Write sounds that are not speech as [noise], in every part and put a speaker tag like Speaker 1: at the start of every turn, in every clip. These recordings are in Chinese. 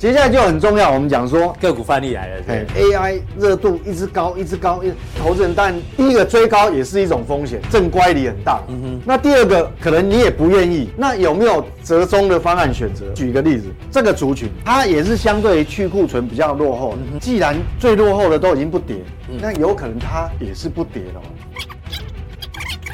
Speaker 1: 接下来就很重要，我们讲说，
Speaker 2: 个股范例来了，
Speaker 1: 哎
Speaker 2: 对，
Speaker 1: ，AI 热度一直高，一直高，一直投资人但第一个追高也是一种风险，正乖离很大。嗯哼。那第二个可能你也不愿意，那有没有折中的方案选择？举个例子，这个族群它也是相对于去库存比较落后的，
Speaker 2: 嗯
Speaker 1: 既然最落后的都已经不跌，那有可能它也是不跌了哦。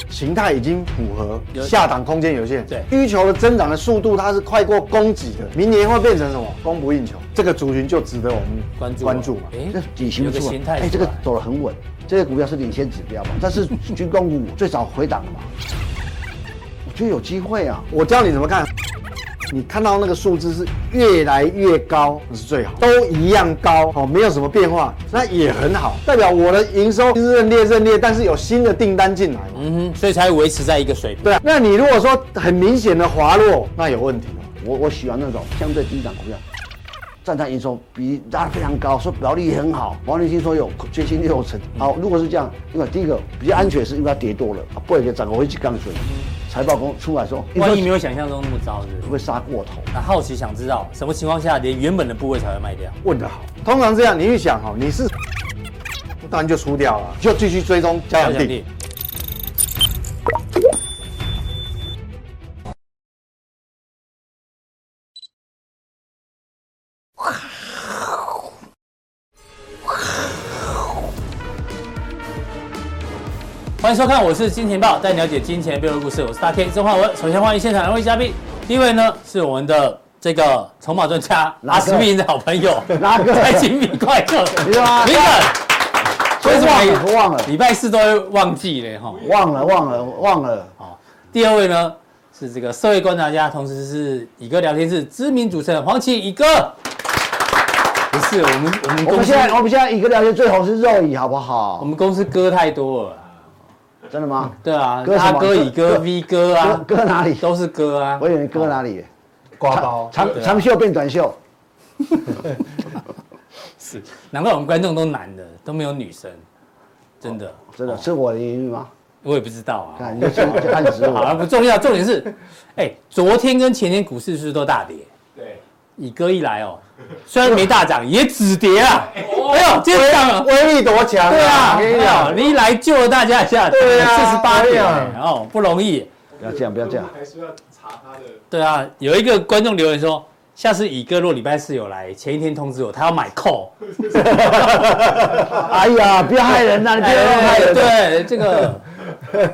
Speaker 1: 形态已经符合
Speaker 2: 有
Speaker 1: 下档空间有限，
Speaker 2: 对
Speaker 1: 需求的增长的速度它是快过供给的，明年会变成什么？供不应求，这个族群就值得我们
Speaker 2: 关注
Speaker 1: 关注嘛。
Speaker 2: 哎
Speaker 3: 这底形
Speaker 2: 有
Speaker 3: 不
Speaker 2: 个
Speaker 3: 错
Speaker 2: 形，态出来，
Speaker 3: 哎，这个走得很稳，这个股票是领先指标嘛，但是军工股最少回档了嘛，我觉得有机会啊。
Speaker 1: 我教你怎么看，你看到那个数字是越来越高，那是最好，都一样高哦，没有什么变化，那也很好，代表我的营收是认列认列，但是有新的订单进来嘛。
Speaker 2: 嗯哼，所以才维持在一个水平。
Speaker 1: 对啊，那你如果说很明显的滑落，那有问题了。
Speaker 3: 我我喜欢那种相对低档股票，占它营收比拉得非常高，说表利也很好，毛利率说有接近六成。好，如果是这样，因为第一个比较安全，是因为它跌多了，啊不会给涨回去杠水。财报公出来说，
Speaker 2: 万一没有想象中那么糟，是不
Speaker 3: 会
Speaker 2: 是
Speaker 3: 不会杀过头？
Speaker 2: 那好奇想知道什么情况下连原本的部位才会卖掉？
Speaker 1: 问得好，通常这样，你一想哦，你是，当然就输掉了，就继续追踪加强定。
Speaker 2: 欢迎收看，我是金钱豹，带你了解金钱背后的故事。我是大 K 曾焕文。首先欢迎现场两位嘉宾，第一位呢是我们的这个筹码专家
Speaker 3: 哪
Speaker 2: 拉
Speaker 3: 个
Speaker 2: 斯密的好朋友，
Speaker 3: 哪个
Speaker 2: 财经米快
Speaker 3: [laughs]
Speaker 2: 乐，
Speaker 3: 你知道吗
Speaker 2: 明哥，为什
Speaker 3: 忘了
Speaker 2: 么
Speaker 3: 忘了
Speaker 2: 礼拜四都会忘记嘞哈？
Speaker 3: 忘了忘了忘了，
Speaker 2: 好，第二位呢是这个社会观察家，同时是以哥聊天室知名主持人黄奇以哥。不是我们我们
Speaker 3: 我
Speaker 2: 公
Speaker 3: 们
Speaker 2: 司
Speaker 3: 现在我们现在一个聊天最红是肉乙，好不
Speaker 2: 我
Speaker 3: 好？
Speaker 2: 们公司歌太多了啦，
Speaker 3: 真的吗？
Speaker 2: 对啊，
Speaker 3: 歌什么
Speaker 2: 阿哥、
Speaker 3: 歌
Speaker 2: 乙哥、
Speaker 3: 歌
Speaker 2: V 哥
Speaker 3: 割
Speaker 2: 啊，
Speaker 3: 割哪
Speaker 2: [laughs]
Speaker 3: 里？
Speaker 2: 都是歌啊。
Speaker 3: 我以为你割哪里？
Speaker 1: 挂
Speaker 3: 长长长袖变短袖，
Speaker 2: 是，难怪我们观众都男的，都没有女生，真的，
Speaker 3: 真的是我的隐喻吗？
Speaker 2: 我也不知道啊。
Speaker 3: 看你就
Speaker 2: [laughs]
Speaker 3: 就就暗指
Speaker 2: 好了，
Speaker 3: 我。
Speaker 2: 不重要，重点是，哎，昨天跟前天股市是不是都大跌？
Speaker 4: 对，
Speaker 2: 乙哥一来哦，虽然没大涨，也止跌啊。哎呦，今天涨了。
Speaker 1: 威力多强、
Speaker 2: 对啊，
Speaker 1: 我
Speaker 2: 哎
Speaker 1: 跟你
Speaker 2: 呦
Speaker 1: 讲，
Speaker 2: 你一来救了大家一下，
Speaker 1: 对啊
Speaker 2: 四十八点
Speaker 1: 哎呀
Speaker 2: 哎哦，不容易。
Speaker 3: 不要这样，不要这样
Speaker 4: 我。们还是要查他的
Speaker 2: 对啊，有一个观众留言说，下次乙哥若礼拜四有来，前一天通知我，他要买扣。
Speaker 3: [laughs] 哎呀，不要害人呐！你不要乱害人。啊
Speaker 2: 对，这个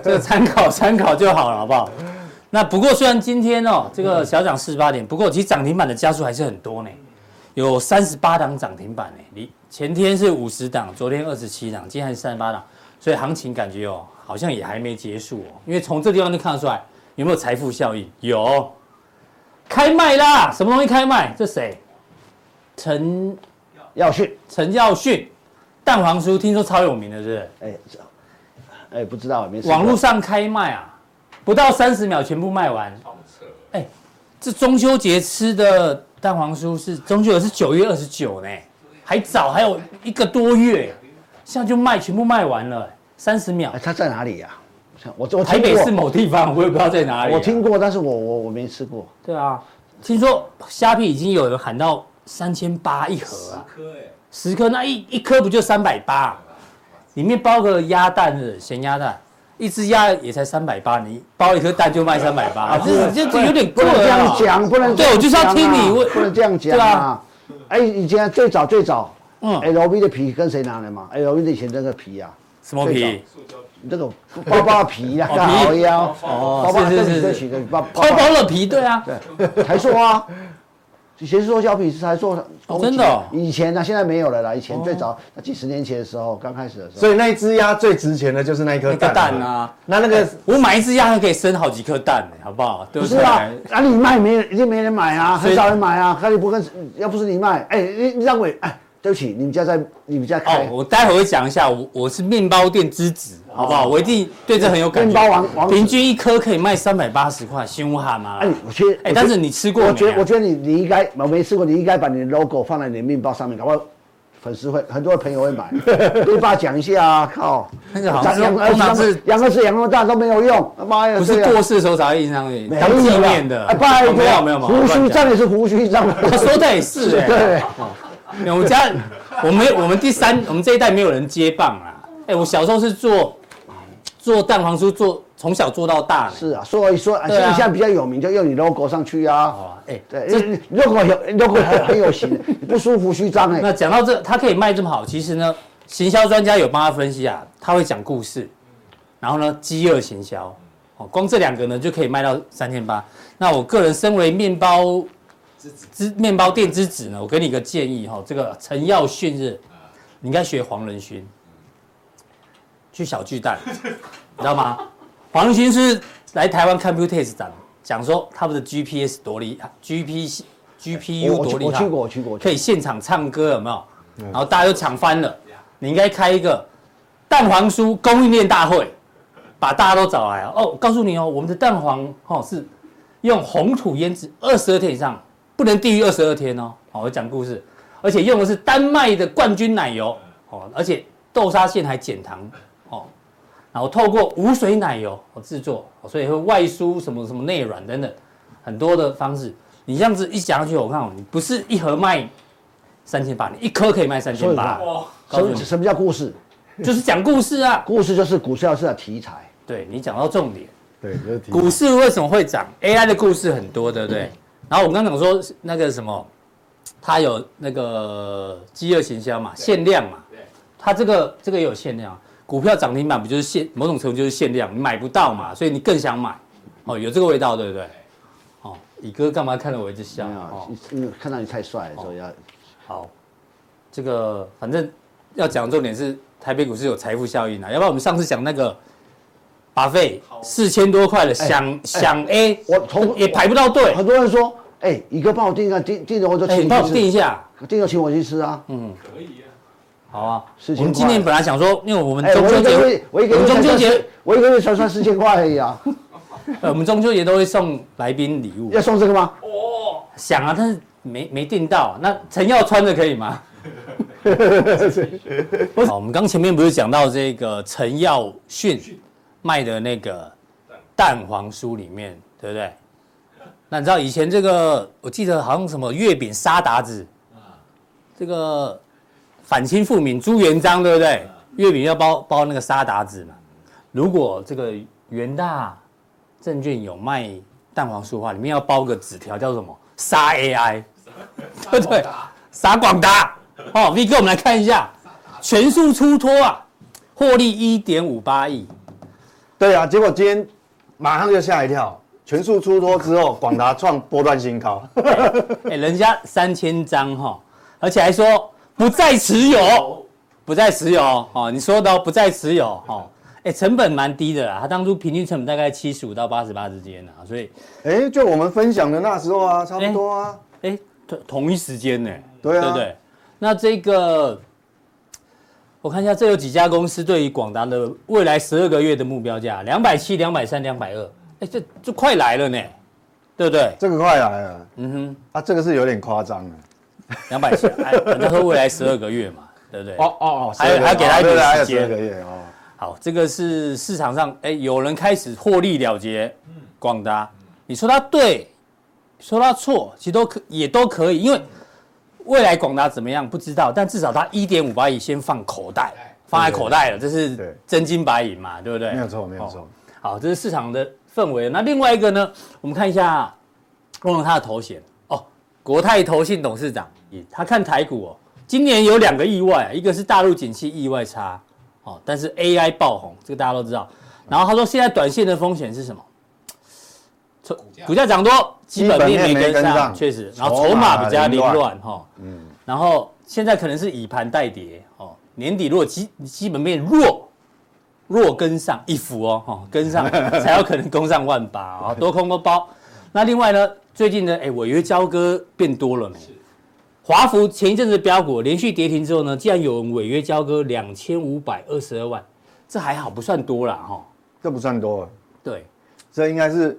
Speaker 2: 这个参考 [laughs] 参考就好了，好不好？那不过虽然今天哦，这个小涨四十八点，不过其实涨停板的家数还是很多呢，有三十八档涨停板呢。你前天是五十档，昨天二十七档，今天还是三十八档，所以行情感觉哦，好像也还没结束哦。因为从这地方就看得出来有没有财富效应，有开卖啦，什么东西开卖？这谁？陈
Speaker 3: 要训，
Speaker 2: 陈耀迅，蛋黄酥，听说超有名的，是不是？
Speaker 3: 哎，这哎，不知道，没事。
Speaker 2: 网络上开卖啊，不到三十秒全部卖完。哎
Speaker 4: 创策，
Speaker 2: 这中秋节吃的蛋黄酥是中秋节是九月二十九呢，还早，还有一个多月，现在就卖，全部卖完了，三十秒
Speaker 3: 哎，。它在哪里呀？我我
Speaker 2: 台
Speaker 3: 听
Speaker 2: 北
Speaker 3: 过
Speaker 2: 市某地方，我也不知道在哪里啊、
Speaker 3: 我听过，但是我我我没吃过。
Speaker 2: 对啊，听说虾皮已经有人喊到三千八一盒啊，
Speaker 4: 科哎，
Speaker 2: 十颗那一一颗不就三百八？里面包个鸭蛋是不是咸鸭蛋，一只鸭也才三百八，你包一颗蛋就卖三百八，
Speaker 3: 啊
Speaker 2: 这这这有点
Speaker 3: 不
Speaker 2: 过
Speaker 3: 能
Speaker 2: 了啊
Speaker 3: 这样。讲，不能。
Speaker 2: 对我就是要听你问
Speaker 3: 不能这样讲
Speaker 2: 对
Speaker 3: 啊
Speaker 2: 啊！
Speaker 3: 哎，以前最早最早
Speaker 2: 嗯
Speaker 3: ，LV 的皮跟谁拿的嘛？LV 的以前那个皮呀，
Speaker 2: 什么皮？
Speaker 4: 塑胶皮，
Speaker 3: 那个包包的皮呀，
Speaker 2: 哦
Speaker 3: 干好
Speaker 2: 皮
Speaker 3: 腰，
Speaker 2: 哦
Speaker 3: 包包
Speaker 2: 是是
Speaker 3: 对
Speaker 2: 是
Speaker 3: 对起对，包
Speaker 2: 包包的皮，对啊，
Speaker 3: 对，台塑啊，以前是做胶皮，是台塑
Speaker 2: 哦真的哦
Speaker 3: 以前啊呢，现在没有了啦。以前最早那几十年前的时候，刚开始的时候，
Speaker 1: 所以那一只鸭最值钱的就是那一颗
Speaker 2: 那个
Speaker 1: 蛋、
Speaker 2: 蛋，啊，
Speaker 1: 那那个
Speaker 2: 我买一只鸭还可以生好几颗蛋呢，好不好？对
Speaker 3: 不
Speaker 2: 不
Speaker 3: 是
Speaker 2: 对？
Speaker 3: 啊，啊你卖没人，一定没人买啊，
Speaker 2: 所以
Speaker 3: 很少人买啊。可你不跟，要不是你卖，哎，你你让伟，哎，对不起，你们家在你们家
Speaker 2: 哦
Speaker 3: 开，，
Speaker 2: 我待会会讲一下，我我是面包店之子，好不好？我一定对这很有感觉。
Speaker 3: 哦面包王王子
Speaker 2: 平均一颗可以卖三百八十块，新乌哈嘛。
Speaker 3: 哎，我觉得，
Speaker 2: 哎
Speaker 3: 我觉得
Speaker 2: 但是你吃过没啊
Speaker 3: 我觉得，我觉得你你应该，我没吃过，你应该把你的 logo 放在你的面包上面，搞不好粉丝会很多朋友
Speaker 2: [laughs]
Speaker 3: 会买，对爸讲一下啊，靠，
Speaker 2: 那个好像
Speaker 3: 咱养
Speaker 2: 通常是
Speaker 3: 养个子养那么大都没有用，他妈呀，
Speaker 2: 不是
Speaker 3: 这样
Speaker 2: 过世的时候才会印上去，
Speaker 3: 哎啊没
Speaker 2: 当纪
Speaker 3: 有啦
Speaker 2: 念的。
Speaker 3: 哎，拜
Speaker 2: 哦
Speaker 3: 托，
Speaker 2: 没有没有没有，
Speaker 3: 胡须
Speaker 2: 乱讲
Speaker 3: 章也是胡须章，
Speaker 2: [laughs] 他说的也是哎、
Speaker 3: [laughs] 对，
Speaker 2: 没有我们家我们我们第三我们这一代没有人接棒啦。哎、我小时候是做做蛋黄酥，做从小做到大呢。
Speaker 3: 是啊，所以说啊，
Speaker 2: 对啊
Speaker 3: 现在比较有名就用你 logo 上去啊，
Speaker 2: 好啊，哎、
Speaker 3: 对，因为 logo 有 logo 很很有型，不舒服虚张哎，
Speaker 2: 那讲到这，他可以卖这么好，其实呢，行销专家有帮他分析啊，他会讲故事，然后呢，饥饿行销，哦，光这两个呢就可以卖到三千八。那我个人身为面包之面包店之子呢，我给你一个建议哈、哦，这个陈耀迅日，你应该学黄仁勋，去小巨蛋，你知道吗？黄仁勋是来台湾 Computex 展，讲说他们的 GPS 多厉害，GP GPU
Speaker 3: 哎我
Speaker 2: 多
Speaker 3: 去
Speaker 2: 厉
Speaker 3: 我
Speaker 2: 害。
Speaker 3: 去过，我去过，我去
Speaker 2: 可以现场唱歌，有没有？然后大家都抢翻了。你应该开一个蛋黄酥供应链大会，把大家都找来哦。哦，告诉你哦，我们的蛋黄哦是用红土腌制，二十二天以上，不能低于二十二天哦。好、我讲故事，而且用的是丹麦的冠军奶油哦，而且豆沙馅还减糖哦，然后透过无水奶油哦制作、哦所以会外酥什么什么内软等等很多的方式。你这样子一讲下去，我看哦，你不是一盒卖三千八，你一颗可以卖三
Speaker 3: 所
Speaker 2: 千
Speaker 3: 以
Speaker 2: 八
Speaker 3: 啊，
Speaker 2: 告诉
Speaker 3: 什么
Speaker 2: 你
Speaker 3: 什么叫故事？
Speaker 2: 就是讲故事啊。
Speaker 3: 故事就是股票市场题材，
Speaker 2: 对你讲到重点。
Speaker 1: 对，就是
Speaker 3: 嗯
Speaker 1: 提
Speaker 2: 股市为什么会涨？AI 的故事很多，对不对？然后我们刚讲说那个什么，它有那个饥饿行销嘛，限量嘛，它这个这个也有限量。啊股票涨停板不就是限某种程度就是限量，你买不到嘛，所以你更想买，哦，有这个味道，对不对？哦，乙哥干嘛看着我一直笑？
Speaker 3: 没
Speaker 2: 哦
Speaker 3: 有，啊因为看到你太帅了，所以要
Speaker 2: 好，这个反正要讲的重点是台北股市有财富效应啊，要不然我们上次讲那个巴菲四千多块的
Speaker 3: 哎
Speaker 2: 想想 A，
Speaker 3: 我从
Speaker 2: 也排不到队，
Speaker 3: 很多人说，哎，宇哥帮我订一个订订了我就
Speaker 2: 哎，
Speaker 3: 请
Speaker 2: 你帮我
Speaker 3: 你
Speaker 2: 定
Speaker 3: 去
Speaker 2: 一下，
Speaker 3: 吃，订了请我去吃啊，
Speaker 2: 好啊。
Speaker 3: 4000
Speaker 2: 我们今天本来想说，因为我们
Speaker 3: 哎，
Speaker 2: 中
Speaker 3: 我
Speaker 2: 秋
Speaker 3: 一个
Speaker 2: 节
Speaker 3: 月，我一个
Speaker 2: 我们
Speaker 3: 月
Speaker 2: 中
Speaker 3: 才
Speaker 2: 秋
Speaker 3: 赚
Speaker 2: 节，，
Speaker 3: 我一个月才赚四千块而已啊，
Speaker 2: 呃我们中秋节都会送来宾礼物
Speaker 3: 要，送这个
Speaker 2: [laughs]
Speaker 3: 吗？
Speaker 4: 哦
Speaker 2: 想啊，但是没没订到啊。那陈耀穿的可以吗？好，我们刚前面不是讲到这个陈耀迅卖的那个蛋黄酥里面，对不对？那你知道以前这个，我记得好像什么月饼沙达子，这个反清复明朱元璋，对不对？月饼要包包那个沙达子嘛。如果这个元大证券有卖蛋黄酥的话，里面要包个纸条，叫什么“杀 AI”，对不对？杀广达。哦，V 哥，我们来看一下，全数出脱啊，获利一点五八亿。
Speaker 1: 对啊，结果今天马上就吓一跳，全数出脱之后，广达创波段新高。
Speaker 2: 哎、人家三千张哈，而且还说不再持有，不再持有哦。你说的哦不再持有哦。哎、成本蛮低的啦，它当初平均成本大概七十五到八十八之间啊，所以
Speaker 1: [laughs] 哎、就我们分享的那时候啊，差不多啊。
Speaker 2: 哎、同同一时间呢、
Speaker 1: 对啊
Speaker 2: 对不对？那这个我看一下，这有几家公司对于广达的未来十二个月的目标价，两百七、两百三、两百二，哎，这这快来了呢，对不对？
Speaker 1: 这个快来了
Speaker 2: 嗯
Speaker 1: 啊，这个是有点夸张了。
Speaker 2: 哼，两百七，哎，他说未来十二个月嘛，对不对？
Speaker 1: 哦哦哦，
Speaker 2: 还有
Speaker 1: 12个月
Speaker 2: 还给他一点
Speaker 1: 哦对还有
Speaker 2: 时间
Speaker 1: 12个月哦。
Speaker 2: 好，这个是市场上哎，有人开始获利了结广达，你说它对，说它错，其实都可也都可以，因为未来广达怎么样不知道，但至少它一点五八亿先放口袋，放在口袋了，这
Speaker 1: 对
Speaker 2: 是真金白银嘛，对不对？
Speaker 1: 没有错，没有错。
Speaker 2: 好，这是市场的氛围。那另外一个呢，我们看一下忘了他的头衔哦，国泰投信董事长，他看台股哦，今年有两个意外，啊一个是大陆景气意外差哦，但是 AI 爆红，这个大家都知道。然后他说，现在短线的风险是什么？筹股价涨多，基本面
Speaker 1: 基本
Speaker 2: 没跟
Speaker 1: 面没跟
Speaker 2: 上，
Speaker 1: 上
Speaker 2: 确实。然后
Speaker 1: 筹
Speaker 2: 筹
Speaker 1: 码
Speaker 2: 码比较凌
Speaker 1: 凌乱
Speaker 2: 乱哈、嗯。然后现在可能是以盘代跌哦，年底如果基基本面弱，若跟上一幅哦，哈、跟 [laughs] 上才有可能攻上万八啊、多空都包。那另外呢，最近呢，哎，违约交割变多了没？华孚前一阵子标股连续跌停之后呢，竟然有人违约交割两千五百二十二万，这还好不算多啦哈、
Speaker 1: 这不算多，
Speaker 2: 对，
Speaker 1: 这应该是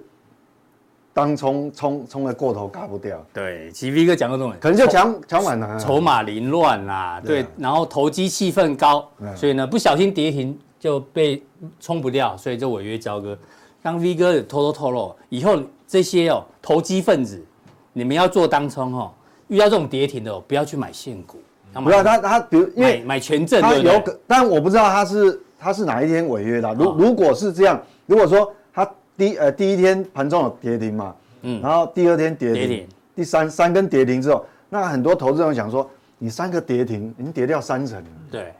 Speaker 1: 当冲冲冲的过头嘎不掉，
Speaker 2: 对，其实 V 哥讲过这种，
Speaker 1: 可能就抢抢反弹啊。
Speaker 2: 筹码凌乱啦，
Speaker 1: 对
Speaker 2: 对，
Speaker 1: 啊
Speaker 2: 然后投机气氛高，
Speaker 1: 嗯
Speaker 2: 所以呢不小心跌停就被冲不掉，所以就违约交割。刚 V 哥也偷偷透露，以后这些哦投机分子，你们要做当冲哦，遇到这种跌停的、哦，不要去买现股，要买
Speaker 1: 不要啊他他比如因
Speaker 2: 买
Speaker 1: 为
Speaker 2: 买权证，
Speaker 1: 他
Speaker 2: 对不对
Speaker 1: 有可，但我不知道他是他是哪一天违约的啊。如
Speaker 2: 哦
Speaker 1: 如果是这样，如果说他第呃第一天盘中有跌停嘛，
Speaker 2: 嗯
Speaker 1: 然后第二天跌
Speaker 2: 跌
Speaker 1: 停
Speaker 2: 停，
Speaker 1: 第三三根跌停之后，那很多投资人想说，你三个跌停，已经跌掉三成了，
Speaker 2: 对，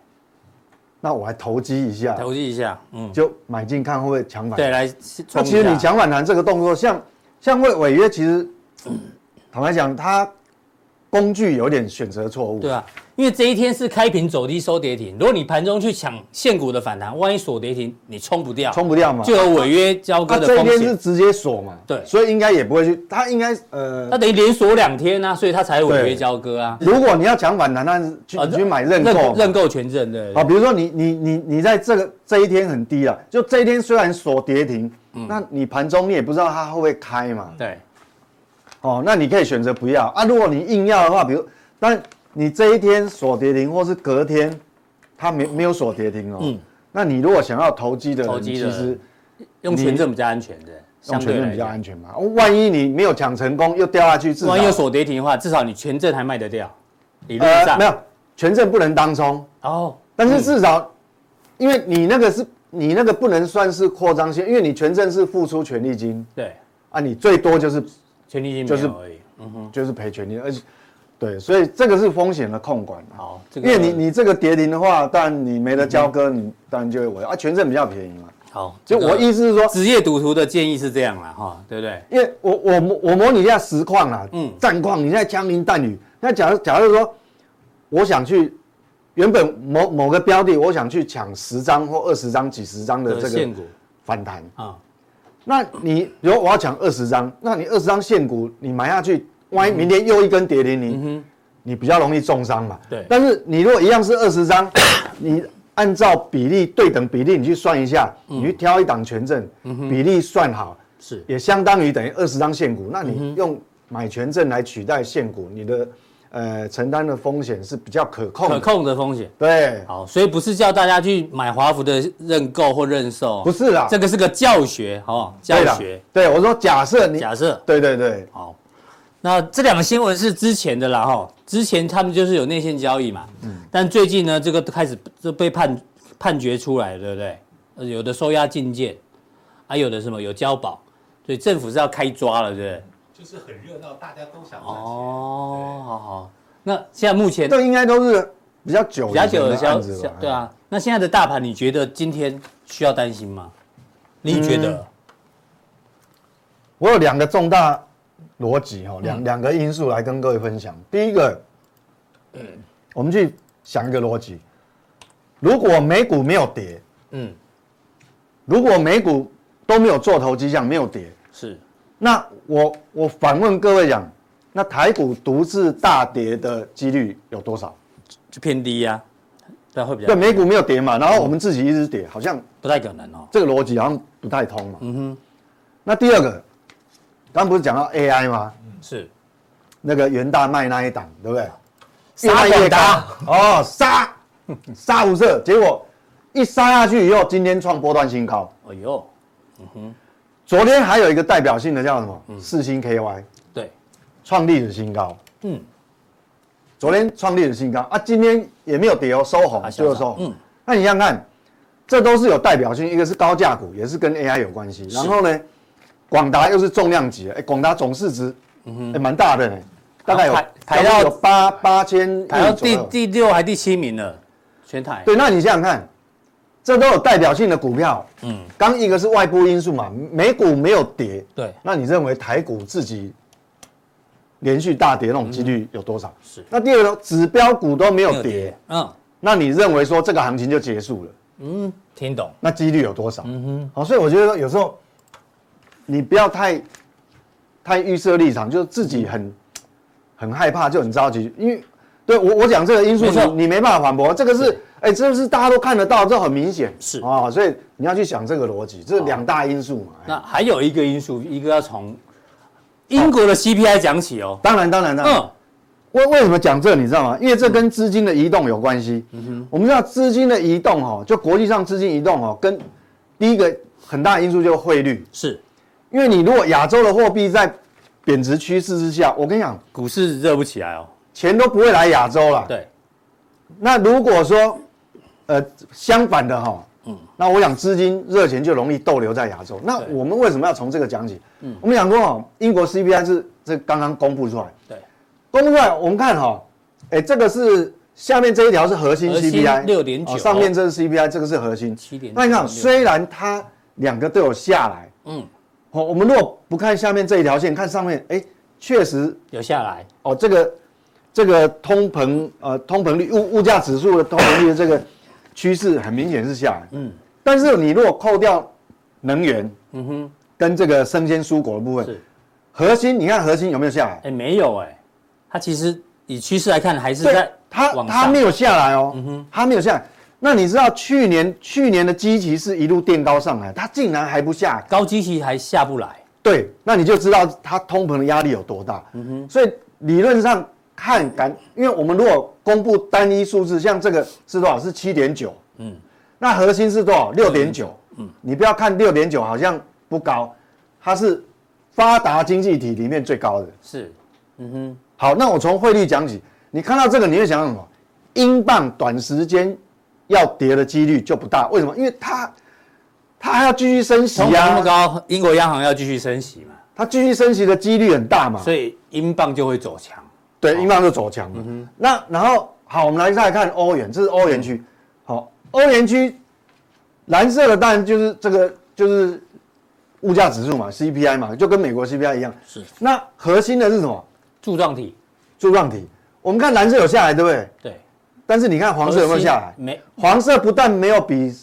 Speaker 1: 那我还投机一下，
Speaker 2: 投机一下，嗯，
Speaker 1: 就买进看会不会抢反弹
Speaker 2: 对，来
Speaker 1: 那
Speaker 2: 冲
Speaker 1: 其实
Speaker 2: 一下
Speaker 1: 你抢反弹这个动作，像像会违约，其
Speaker 2: [clears throat]
Speaker 1: 实坦白讲，它工具有点选择错误。
Speaker 2: 对啊，因为这一天是开平走低收跌停，如果你盘中去抢现股的反弹，万一锁跌停，你冲不掉，
Speaker 1: 冲不掉嘛。
Speaker 2: 就有违约交
Speaker 1: 它
Speaker 2: 割的
Speaker 1: 这一
Speaker 2: 风
Speaker 1: 天是
Speaker 2: 险。
Speaker 1: 直接锁嘛，
Speaker 2: 对
Speaker 1: 所以应该也不会去，它应该呃
Speaker 2: 他，等于连锁两天啊，所以他才有违约交割啊。
Speaker 1: 如果你要抢反弹，那是去
Speaker 2: 啊
Speaker 1: 你去买认购
Speaker 2: 认购权证对。
Speaker 1: 啊，比如说你你你你在这个这一天很低了，就这一天虽然锁跌停，
Speaker 2: 嗯
Speaker 1: 那你盘中你也不知道它会不会开嘛，
Speaker 2: 对，
Speaker 1: 哦，那你可以选择不要啊。如果你硬要的话，比如，但你这一天锁跌停，或是隔天它没没有锁跌停哦，
Speaker 2: 嗯
Speaker 1: 那你如果想要投机的人，
Speaker 2: 投机的
Speaker 1: 其实
Speaker 2: 用权证比较安全的，
Speaker 1: 用
Speaker 2: 相
Speaker 1: 权
Speaker 2: 对
Speaker 1: 证
Speaker 2: 来
Speaker 1: 比较
Speaker 2: 讲。
Speaker 1: 安全嘛。哦万一你没有抢成功，又掉下去，至少
Speaker 2: 万一有锁跌停的话，至少你权证还卖得掉，理论
Speaker 1: 呃
Speaker 2: 上
Speaker 1: 没。有权证不能当冲，
Speaker 2: 哦，
Speaker 1: 但是至少，因为你那个是你那个不能算是扩张性，因为你权证是付出权利金
Speaker 2: 对，
Speaker 1: 啊，你最多就是
Speaker 2: 权利金
Speaker 1: 就
Speaker 2: 没
Speaker 1: 是
Speaker 2: 有而已。
Speaker 1: 就是赔权利，而且对，所以这个是风险的控管啊。
Speaker 2: 好，这
Speaker 1: 因
Speaker 2: 个
Speaker 1: 为你你这个跌停的话，但你没得交割，你当然就会违啊。权证比较便宜嘛，
Speaker 2: 好，
Speaker 1: 就
Speaker 2: 这个
Speaker 1: 我意思是说，
Speaker 2: 职业赌徒的建议是这样啦，哈，对不对？
Speaker 1: 因为我我模我模拟一下实况啦，嗯
Speaker 2: 嗯，
Speaker 1: 战况，你现在枪林弹雨。那假如假如说，我想去原本某某个标的，我想去抢十张或二十张、几十张的
Speaker 2: 的
Speaker 1: 这
Speaker 2: 现
Speaker 1: 个
Speaker 2: 股
Speaker 1: 反弹，
Speaker 2: 啊，
Speaker 1: 那你比如我要抢二十张，那你二十张现股你买下去，万一明天又一根跌停，你、你比较容易重伤嘛。
Speaker 2: 嗯对
Speaker 1: 但是你如果一样是二十
Speaker 2: [coughs]
Speaker 1: 张，你按照比例对等比例你去算一下，你去挑一档权证，比例算好，
Speaker 2: 嗯是嗯
Speaker 1: 也相当于等于二十张现股。那你用买权证来取代现股，你的呃承担的风险是比较可控的。
Speaker 2: 可控的风险。
Speaker 1: 对，
Speaker 2: 好，所以不是叫大家去买华孚的认购或认售，
Speaker 1: 不是啊啦
Speaker 2: 这个是个教学，哦，教
Speaker 1: 对啦
Speaker 2: 学。
Speaker 1: 对我说假设你，
Speaker 2: 假设
Speaker 1: 对对对，
Speaker 2: 好，那这两个新闻是之前的啦，哈，之前他们就是有内线交易嘛，
Speaker 1: 嗯
Speaker 2: 但最近呢，这个开始就被判判决出来，对不对？呃有的收押禁见，还、有的什么有交保，所以政府是要开抓了，对不对？
Speaker 4: 就是很热闹，大家都想赚钱。
Speaker 2: 哦，好好，那现在目前
Speaker 1: 这应该都是比较久以
Speaker 2: 比较
Speaker 1: 前
Speaker 2: 久的
Speaker 1: 的
Speaker 2: 消
Speaker 1: 案子，吧？哎
Speaker 2: 对啊，那现在的大盘，你觉得今天需要担心吗？你觉得？
Speaker 1: 我有两个重大逻辑哈，
Speaker 2: 嗯
Speaker 1: 两两个因素来跟各位分享。第一个，
Speaker 2: 嗯
Speaker 1: 我们去想一个逻辑：如果美股没有跌，
Speaker 2: 嗯，
Speaker 1: 如果美股都没有做头迹象，没有跌，
Speaker 2: 是
Speaker 1: 那我我反问各位讲，那台股独自大跌的几率有多少？
Speaker 2: 就偏低呀、对啊，会比较
Speaker 1: 对，美股没有跌嘛，然后我们自己一直跌，好像
Speaker 2: 不太可能哦。
Speaker 1: 这个逻辑好像不太通嘛。嗯哼。那第二个，刚不是讲到 AI 吗？
Speaker 2: 是
Speaker 1: 那个袁大卖那一档，对不对？
Speaker 2: 杀广达
Speaker 1: 越卖越高哦，杀杀无赦，结果一杀下去以后，今天创波段新高。
Speaker 2: 哎呦，
Speaker 1: 昨天还有一个代表性的叫什么？四星 KY
Speaker 2: 对，
Speaker 1: 创历史新高，
Speaker 2: 嗯，
Speaker 1: 昨天创历史新高啊，今天也没有跌哦，收红
Speaker 2: 啊
Speaker 1: 就
Speaker 2: 小
Speaker 1: 是收
Speaker 2: 涨
Speaker 1: 红。
Speaker 2: 嗯
Speaker 1: 那你想想看，这都是有代表性，一个是高价股，也是跟 AI 有关系。然后呢，广达又是重量级的，哎，广达总市值
Speaker 2: 嗯
Speaker 1: 也蛮大的呢，大概有
Speaker 2: 排排到
Speaker 1: 有八八千亿
Speaker 2: 排到
Speaker 1: 嗯左
Speaker 2: 第
Speaker 1: 右
Speaker 2: 第六还第七名了，全台。
Speaker 1: 对，那你想想看，这都有代表性的股票。嗯
Speaker 2: 嗯，
Speaker 1: 刚一个是外部因素嘛，美股没有跌。
Speaker 2: 对
Speaker 1: 那你认为台股自己连续大跌那种几率有多少？
Speaker 2: 嗯是
Speaker 1: 那第二个指标股都没
Speaker 2: 没
Speaker 1: 有
Speaker 2: 有
Speaker 1: 跌
Speaker 2: 跌，，嗯
Speaker 1: 那你认为说这个行情就结束了？
Speaker 2: 嗯，听懂。
Speaker 1: 那几率有多少？嗯哼，好，所以我觉得有时候你不要太太预设立场，就是自己很很害怕，就很着急，因为对我我讲这个因素，
Speaker 2: 没错
Speaker 1: 你你没办法反驳，这个是哎、这个是大家都看得到，这很明显
Speaker 2: 是
Speaker 1: 啊、所以你要去想这个逻辑，这是两大因素嘛。哎
Speaker 2: 那还有一个因素，一个要从英国的 CPI 讲起哦，
Speaker 1: 当然，当然，当然。
Speaker 2: 嗯，
Speaker 1: 为为什么讲这？你知道吗？因为这跟资金的移动有关系。我们知道资金的移动哈，就国际上资金移动哈，跟第一个很大的因素就是汇率。
Speaker 2: 是
Speaker 1: 因为你如果亚洲的货币在贬值趋势之下，我跟你讲，
Speaker 2: 股市热不起来哦，
Speaker 1: 钱都不会来亚洲了。
Speaker 2: 对，
Speaker 1: 那如果说，呃，相反的哈，嗯，那我想资金热钱就容易逗留在亚洲。那
Speaker 2: 对
Speaker 1: 我们为什么要从这个讲起？嗯，我们讲过哦，英国 CPI 是这刚刚公布出来，
Speaker 2: 对，
Speaker 1: 公布出来我们看哈，哎，这个是下面这一条是核心
Speaker 2: 核心
Speaker 1: CPI
Speaker 2: 6.9
Speaker 1: 哦上面这是 CPI，这个是核心
Speaker 2: 7.96
Speaker 1: 那你看，虽然它两个都有下来，
Speaker 2: 嗯，
Speaker 1: 哦，我们如果不看下面这一条线，看上面，哎，确实
Speaker 2: 有下来，
Speaker 1: 哦，这个这个通膨呃通膨率物物价指数的通膨率的这个趋势很明显是下来，
Speaker 2: 嗯
Speaker 1: 但是你如果扣掉能源
Speaker 2: 嗯哼，
Speaker 1: 跟这个生鲜蔬果的部分
Speaker 2: 是，
Speaker 1: 核心你看核心有没有下来？
Speaker 2: 哎没有哎，它其实以趋势来看还是
Speaker 1: 对
Speaker 2: 在，
Speaker 1: 它
Speaker 2: 往
Speaker 1: 它
Speaker 2: 上嗯
Speaker 1: 没有下来哦，它没有下来。那你知道去年去年的基期是一路垫高上来，它竟然还不下来，
Speaker 2: 高基期还下不来，
Speaker 1: 对，那你就知道它通膨的压力有多大。所以理论上看感，因为我们如果公布单一数字，像这个是多少？是七点九。嗯，那核心是多少？六点九。嗯，你不要看六点九好像不高，它是发达经济体里面最高的。
Speaker 2: 是
Speaker 1: 好，那我从汇率讲起，你看到这个你会想到什么？英镑短时间要跌的几率就不大，为什么？因为它它还要继续升息
Speaker 2: 通膨那
Speaker 1: 呀、
Speaker 2: 么高，英国央行要继续升息嘛，
Speaker 1: 它继续升息的几率很大嘛。
Speaker 2: 所以英镑就会走强，
Speaker 1: 对，英镑就走强了。
Speaker 2: 嗯
Speaker 1: 那然后好，我们来再看欧元，这是欧元区。好，欧元区蓝色的当然就是这个就是物价指数嘛，CPI 嘛，就跟美国 CPI 一样。
Speaker 2: 是。
Speaker 1: 那核心的是什么？
Speaker 2: 柱状体，
Speaker 1: 柱状体。我们看蓝色有下来，对不对？
Speaker 2: 对，
Speaker 1: 但是你看黄色有没有下
Speaker 2: 核
Speaker 1: 来？
Speaker 2: 心没嗯
Speaker 1: 黄色不但没有比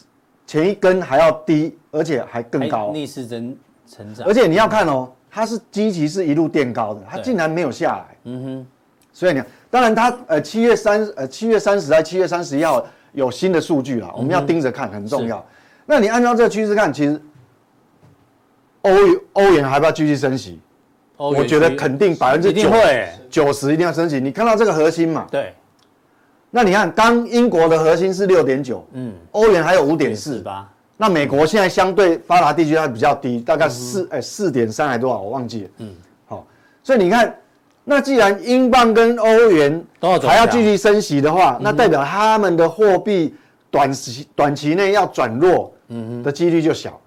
Speaker 1: 前一根还要低，而且还更
Speaker 2: 还
Speaker 1: 高。
Speaker 2: 逆势增成长，
Speaker 1: 而且你要看哦，它是基期是一路垫高的，它
Speaker 2: 对
Speaker 1: 竟然没有下来。嗯哼，所以你看，当然它呃七月三呃七月三十还七月三十一号有新的数据啊，我
Speaker 2: 嗯
Speaker 1: 们要盯着看，很重要。那你按照这个趋势看，其实欧元欧元还不要继续升息，
Speaker 2: 欧元
Speaker 1: 我
Speaker 2: 区
Speaker 1: 觉得肯定百分之
Speaker 2: 一定
Speaker 1: 九
Speaker 2: 会，
Speaker 1: 九十一定要升息。你看到这个核心嘛？
Speaker 2: 对，
Speaker 1: 那你看，刚英国的核心是六点九，
Speaker 2: 嗯，
Speaker 1: 欧元还有五点四，
Speaker 2: 吧，
Speaker 1: 那美国现在相对发达地区它比较低，大
Speaker 2: 嗯
Speaker 1: 概四哎四点三还多少我忘记了。嗯，好、所以你看，那既然英镑跟欧元
Speaker 2: 都要走嗯
Speaker 1: 还要
Speaker 2: 强
Speaker 1: 继续升息的话，那代表他们的货币短期短期内要转弱
Speaker 2: 嗯
Speaker 1: 的几率就小。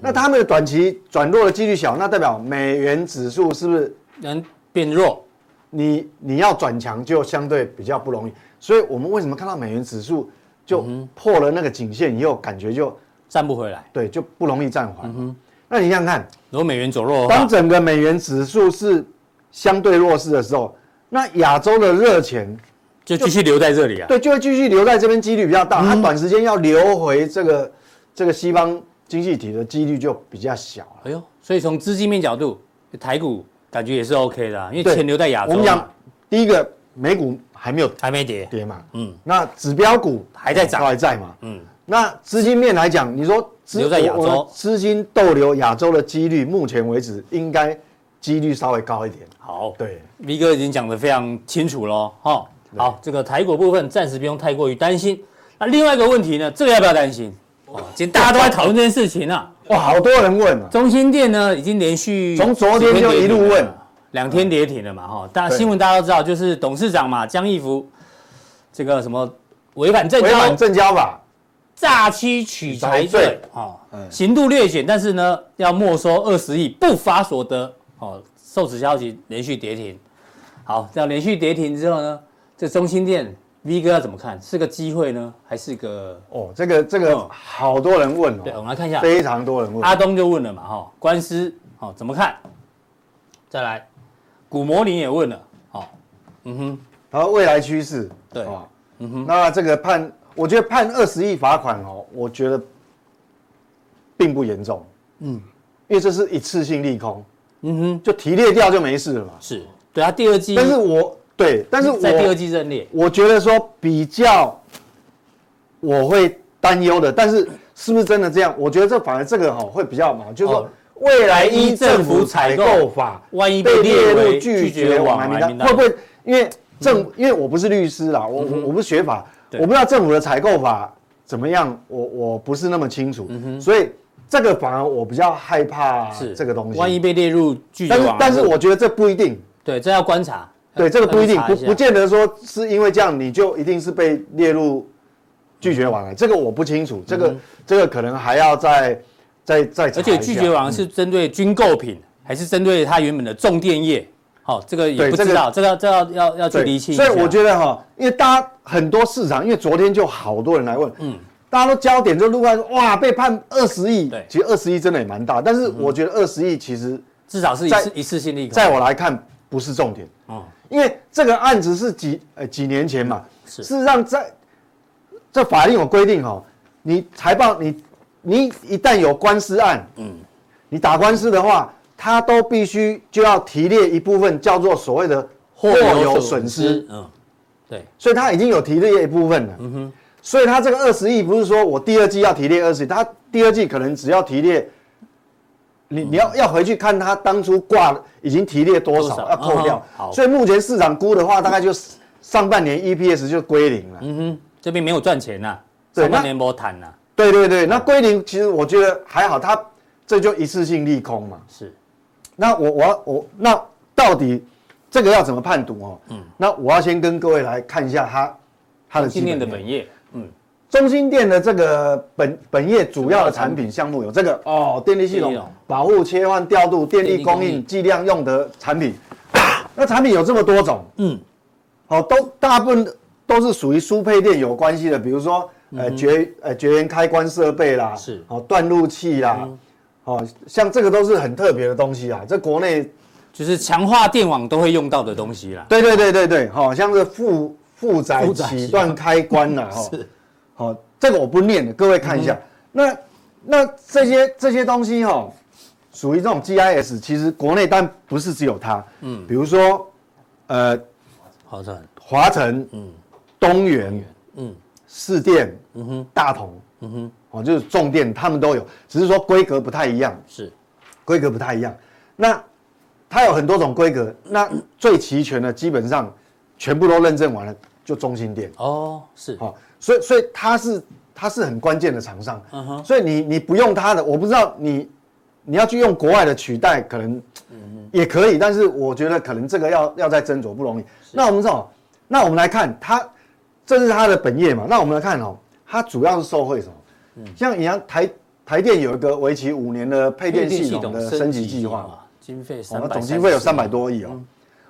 Speaker 1: 那他们的短期转弱的几率小，那代表美元指数是不是
Speaker 2: 能变弱，
Speaker 1: 你你要转强就相对比较不容易？所以我们为什么看到美元指数
Speaker 2: 嗯
Speaker 1: 就破了那个颈线以后，感觉就
Speaker 2: 站不回来。
Speaker 1: 对，就不容易暂缓。
Speaker 2: 嗯
Speaker 1: 那你想想看，
Speaker 2: 如果美元走弱的
Speaker 1: 当
Speaker 2: 话，
Speaker 1: 整个美元指数是相对弱势的时候，那亚洲的热钱
Speaker 2: 就继续留在这里啊。
Speaker 1: 对就会继续留在这边，几率比较大。
Speaker 2: 嗯
Speaker 1: 它短时间要流回这个这个西方经济体的几率就比较小了。
Speaker 2: 哎呦，所以从资金面角度，台股感觉也是 OK 的、啊，因为
Speaker 1: 对
Speaker 2: 钱留在亚洲
Speaker 1: 我
Speaker 2: 嘛，
Speaker 1: 们讲第一个，美股还没有
Speaker 2: 还没跌，
Speaker 1: 跌嘛，
Speaker 2: 嗯，
Speaker 1: 那指标股
Speaker 2: 还在涨
Speaker 1: 都还在嘛，
Speaker 2: 嗯，
Speaker 1: 那资金面来讲，你说资
Speaker 2: 留在亚洲
Speaker 1: 我我资金逗留亚洲的几率，目前为止应该几率稍微高一点。
Speaker 2: 好，
Speaker 1: 对，
Speaker 2: V 哥已经讲得非常清楚喽，哈、好，这个台股部分暂时不用太过于担心。那另外一个问题呢，这个要不要担心？哦，今天大家都在讨论这件事情啊。
Speaker 1: 哇，好多人问啊。
Speaker 2: 中心店呢，已经连续
Speaker 1: 从昨天就一路问
Speaker 2: 两天跌停了嘛，哈，大
Speaker 1: 对
Speaker 2: 新闻大家都知道，就是董事长嘛，江一福，这个什么违反证
Speaker 1: 违
Speaker 2: 交
Speaker 1: 反证交
Speaker 2: 啊
Speaker 1: 法，
Speaker 2: 诈欺取财
Speaker 1: 取财罪
Speaker 2: 罪，哦，
Speaker 1: 哎
Speaker 2: 刑度略减，但是呢，要没收二十亿，不罚所得，哦，受此消息连续跌停，好，这样连续跌停之后呢，这中心店 V 哥要怎么看？是个机会呢，还是个？
Speaker 1: 哦，这个这个
Speaker 2: 嗯
Speaker 1: 好多人问
Speaker 2: 对，我啊
Speaker 1: 哦，
Speaker 2: 们来看一下，
Speaker 1: 非常多人问。
Speaker 2: 阿东就问了嘛，哈、官司哦怎么看？再来，古魔林也问了，哦，嗯哼，
Speaker 1: 然后未来趋势，
Speaker 2: 对嗯
Speaker 1: 哦，那这个判，我觉得判二十亿罚款哦，我觉得并不严重，嗯，因为这是一次性利空，
Speaker 2: 嗯哼，
Speaker 1: 就提列掉就没事了嘛。
Speaker 2: 是对他第二季，
Speaker 1: 但是我对，但是我
Speaker 2: 在第二季认列，
Speaker 1: 我觉得说比较我会担忧的，但是是不是真的这样？我觉得这反而这个哈、会比较麻烦，就是说
Speaker 2: 哦
Speaker 1: 未来依政府采购法，
Speaker 2: 万一被
Speaker 1: 被列
Speaker 2: 列
Speaker 1: 入
Speaker 2: 为
Speaker 1: 拒
Speaker 2: 拒
Speaker 1: 绝
Speaker 2: 绝啊
Speaker 1: 往
Speaker 2: 往
Speaker 1: 来
Speaker 2: 来
Speaker 1: 名
Speaker 2: 名
Speaker 1: 单，
Speaker 2: 单
Speaker 1: 会不会因为政？因为我不是律师啦，我我我不是学法，
Speaker 2: 嗯对
Speaker 1: 我不知道政府的采购法怎么样，我我不是那么清楚，所以这个反而我比较害怕
Speaker 2: 嗯是
Speaker 1: 啊这个东西。
Speaker 2: 万一被列入拒绝
Speaker 1: 但
Speaker 2: 往
Speaker 1: 是
Speaker 2: 来，
Speaker 1: 但是我觉得这不一定，
Speaker 2: 对这要观察，
Speaker 1: 对这个不一定，
Speaker 2: 要
Speaker 1: 不
Speaker 2: 去查一下
Speaker 1: 不见得说是因为这样你就一定是被列入拒绝往来，这个我不清楚，这个这个可能还要再再再查
Speaker 2: 嗯而
Speaker 1: 一下嗯
Speaker 2: 且拒绝往来是针对军购品，还是针对它原本的重电业？好、这个
Speaker 1: 对
Speaker 2: 也不知道，这个这要要要去
Speaker 1: 对
Speaker 2: 厘清一下。
Speaker 1: 所以我觉得哈，因为大家很多市场，因为昨天就好多人来问，嗯，大家都焦点就落在说哇被判二十亿
Speaker 2: 对，嗯
Speaker 1: 其实二十亿真的也蛮大，但是我觉得二十亿其实
Speaker 2: 至少是一
Speaker 1: 在
Speaker 2: 次一次性利空。
Speaker 1: 在我来看不是重点，
Speaker 2: 嗯
Speaker 1: 因为这个案子是几呃几年前嘛，
Speaker 2: 是
Speaker 1: 事实上在这法令有规定哦，你财报你你一旦有官司案，嗯，你打官司的话，他都必须就要提列一部分叫做所谓的货有损失，，
Speaker 2: 嗯，对，
Speaker 1: 所以他已经有提列一部分了，嗯哼，所以他这个二十亿不是说我第二季要提列二十亿，他第二季可能只要提列。
Speaker 2: 嗯
Speaker 1: 你你要要回去看他当初挂的已经提列多少，
Speaker 2: 多少
Speaker 1: 要扣掉
Speaker 2: 嗯哼。好
Speaker 1: 所以目前市场估的话，大概就是上半年 EPS 就归零了。
Speaker 2: 嗯哼，这边没有赚钱呐，
Speaker 1: 对
Speaker 2: 上半
Speaker 1: 那
Speaker 2: 年没谈啊呐，
Speaker 1: 对对对，那归零其实我觉得还好，它这就一次性利空嘛。
Speaker 2: 是
Speaker 1: 那我我要我那到底这个要怎么判读哦？嗯，那我要先跟各位来看一下它它的基本
Speaker 2: 今年
Speaker 1: 面
Speaker 2: 的本业，嗯，
Speaker 1: 中心店的这个本本业主要的产品项目有这个哦，电力系
Speaker 2: 电力
Speaker 1: 统
Speaker 2: 哦
Speaker 1: 保护、切换、调度、电
Speaker 2: 电
Speaker 1: 力
Speaker 2: 力
Speaker 1: 供
Speaker 2: 供
Speaker 1: 应、
Speaker 2: 应
Speaker 1: 计量用的产品。 [coughs] 那产品有这么多种，
Speaker 2: 嗯，
Speaker 1: 好、都大部分都是属于输配电有关系的，比如说呃绝呃绝缘开关设备啦，
Speaker 2: 是
Speaker 1: 哦断路器啦，哦像这个都是很特别的东西啊，在国内
Speaker 2: 就是强化电网都会用到的东西啦。
Speaker 1: 对对对对对，好、像是负负载
Speaker 2: 负载
Speaker 1: 起
Speaker 2: 起
Speaker 1: 断开关 [laughs] 啦，哈、
Speaker 2: 是，
Speaker 1: 好、这个我不念了，各位看一下。那那这些这些东西哈、属于这种 GIS，其实国内但不是只有它，嗯，比如说呃
Speaker 2: 好赚，
Speaker 1: 华晨，嗯，东元，嗯
Speaker 2: 嗯，
Speaker 1: 市电，嗯哼，大同，嗯哼，哦，就是重电他们都有，只是说规格不太一样，
Speaker 2: 是
Speaker 1: 规格不太一样。那它有很多种规格，那最齐全的基本上全部都认证完了，就中心店。
Speaker 2: 哦，是
Speaker 1: 好、所以所以它是它是很关键的厂商，所以你你不用它的，我不知道你你要去用国外的取代，可能也可以，但是我觉得可能这个要要再斟酌不容易。那我们知道，那我们来看它，这是它的本业嘛？那我们来看哦，它主要是受惠什么？像你像台台电有一个为期五年的配电系统的升级计划嘛，，
Speaker 2: 经费
Speaker 1: 我
Speaker 2: 三
Speaker 1: 们
Speaker 2: 百，
Speaker 1: 总经费有三百，多亿哦。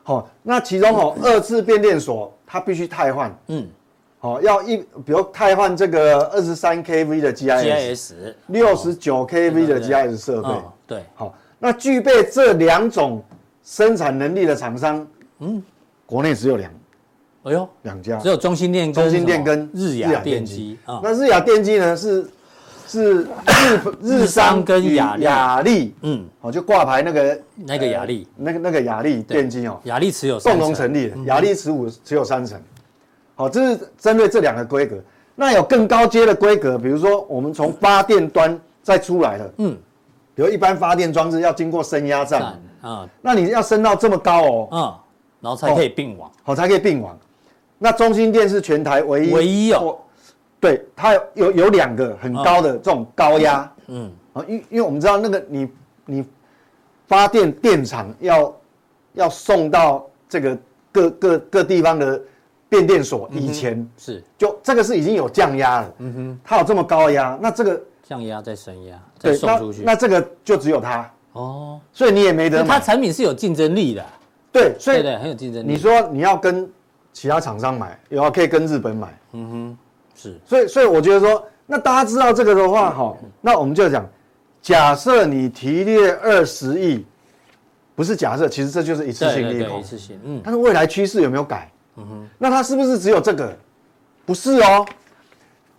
Speaker 1: 好、那其中哦，二次变电所它必须汰换，
Speaker 2: 嗯
Speaker 1: 好、要一，比如汰换这个二十三 kV 的 GIS，
Speaker 2: ，GIS
Speaker 1: 六十九 kV 的
Speaker 2: 哦对对对
Speaker 1: GIS 设备，
Speaker 2: 嗯，对，
Speaker 1: 好、那具备这两种生产能力的厂商，嗯，国内只有两
Speaker 2: 哎呦，
Speaker 1: 两家
Speaker 2: 只，有中心电跟
Speaker 1: 啊中兴电
Speaker 2: 什
Speaker 1: 跟
Speaker 2: 么日亚电机啊，
Speaker 1: 那日亚电机呢是是日日
Speaker 2: 日
Speaker 1: 商
Speaker 2: 商跟
Speaker 1: 与
Speaker 2: 雅力
Speaker 1: 雅力，
Speaker 2: 嗯，
Speaker 1: 哦，就挂牌那个
Speaker 2: 那个雅力，
Speaker 1: 那个那个雅力
Speaker 2: 对
Speaker 1: 电机哦，
Speaker 2: 雅力持有三嗯
Speaker 1: 共同成立的，雅力十五只有三成。好，这是针对这两个规格。那有更高阶的规格，比如说我们从发电端再出来的，嗯
Speaker 2: 嗯，
Speaker 1: 比如一般发电装置要经过升压站
Speaker 2: 站，啊
Speaker 1: 那你要升到这么高哦，
Speaker 2: 啊，然后才可以并网，
Speaker 1: 好才可以并网。那中心电是全台唯一
Speaker 2: 唯一哦，
Speaker 1: 对，它有有有两个很高的这种高压
Speaker 2: 嗯，
Speaker 1: 啊，因因为我们知道那个你你发电电厂要要送到这个各各各地方的变电所
Speaker 2: 嗯
Speaker 1: 以前。
Speaker 2: 是
Speaker 1: 就这个是已经有降压了，嗯哼，它有这么高的压，那这个
Speaker 2: 降压再升压再
Speaker 1: 对，
Speaker 2: 送
Speaker 1: 那
Speaker 2: 出去
Speaker 1: 那，这个就只有它，
Speaker 2: 哦，
Speaker 1: 所以你也没
Speaker 2: 那
Speaker 1: 得
Speaker 2: 它
Speaker 1: 买，
Speaker 2: 产品是有竞争力的，
Speaker 1: 对，所
Speaker 2: 对
Speaker 1: 以
Speaker 2: 对，很有竞争力，
Speaker 1: 你说你要跟其他厂商买，有啊可以跟日本买，
Speaker 2: 嗯是
Speaker 1: 所以所以我觉得说，那大家知道这个的话，哈，那我们就讲，假设你提列二十亿，不是假设，其实这就是一次
Speaker 2: 对
Speaker 1: 性
Speaker 2: 对
Speaker 1: 利
Speaker 2: 对，
Speaker 1: 空
Speaker 2: 一，次性，嗯，
Speaker 1: 但是未来趋势有没有改？那它是不是只有这个？不是哦，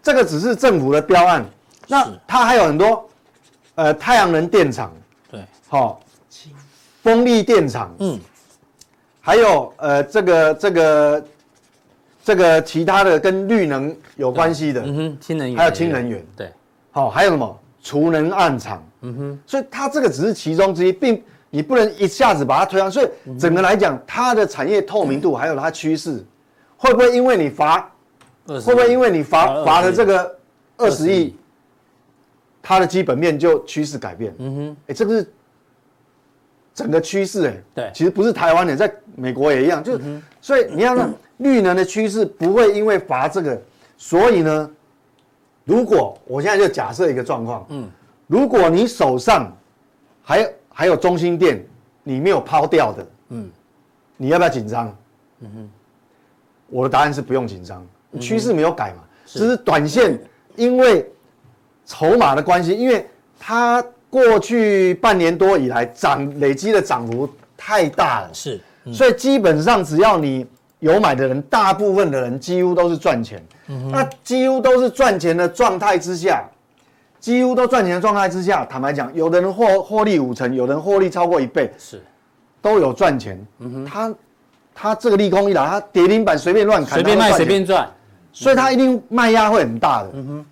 Speaker 1: 这个只是政府的标案。那它还有很多，呃，太阳能电厂，
Speaker 2: 对，
Speaker 1: 好、风力电厂，
Speaker 2: 嗯，
Speaker 1: 还有呃，这个这个这个其他的跟绿能有关系的，
Speaker 2: 嗯哼，氢能源，
Speaker 1: 还有氢能源
Speaker 2: 对，
Speaker 1: 好、还有什么储能暗场，嗯哼，所以它这个只是其中之一，并你不能一下子把它推上。所以整个来讲，它的产业透明度还有它趋势，会不会因为你罚，
Speaker 2: 20
Speaker 1: 会不会因为你
Speaker 2: 罚
Speaker 1: 罚
Speaker 2: 20
Speaker 1: 罚了这个二
Speaker 2: 20
Speaker 1: 十亿，它的基本面就趋势改变？嗯哼，哎，这个是整个趋势哎，
Speaker 2: 对
Speaker 1: 其实不是台湾的，在美国也一样，就是、所以你要让绿能的趋势不会因为罚这个，所以呢，如果我现在就假设一个状况，嗯，如果你手上还有还有中心店你没有抛掉的，嗯，你要不要紧张？嗯哼，我的答案是不用紧张，趋势没有改嘛，只是短线因为筹码的关系，因为它过去半年多以来涨累积的涨幅太大了，
Speaker 2: 是
Speaker 1: 所以基本上只要你有买的人，大部分的人几乎都是赚钱。那几乎都是赚钱的状态之下，几乎都赚钱的状态之下，坦白讲，有的人获获利五成，有的人获利超过一倍，
Speaker 2: 是，
Speaker 1: 都有赚钱。
Speaker 2: 嗯
Speaker 1: 他他这个利空一来，他跌停板随便乱砍，
Speaker 2: 随便
Speaker 1: 他
Speaker 2: 卖
Speaker 1: 都赚
Speaker 2: 随
Speaker 1: 钱
Speaker 2: 便赚，
Speaker 1: 所以它一定卖压会很大的。嗯哼，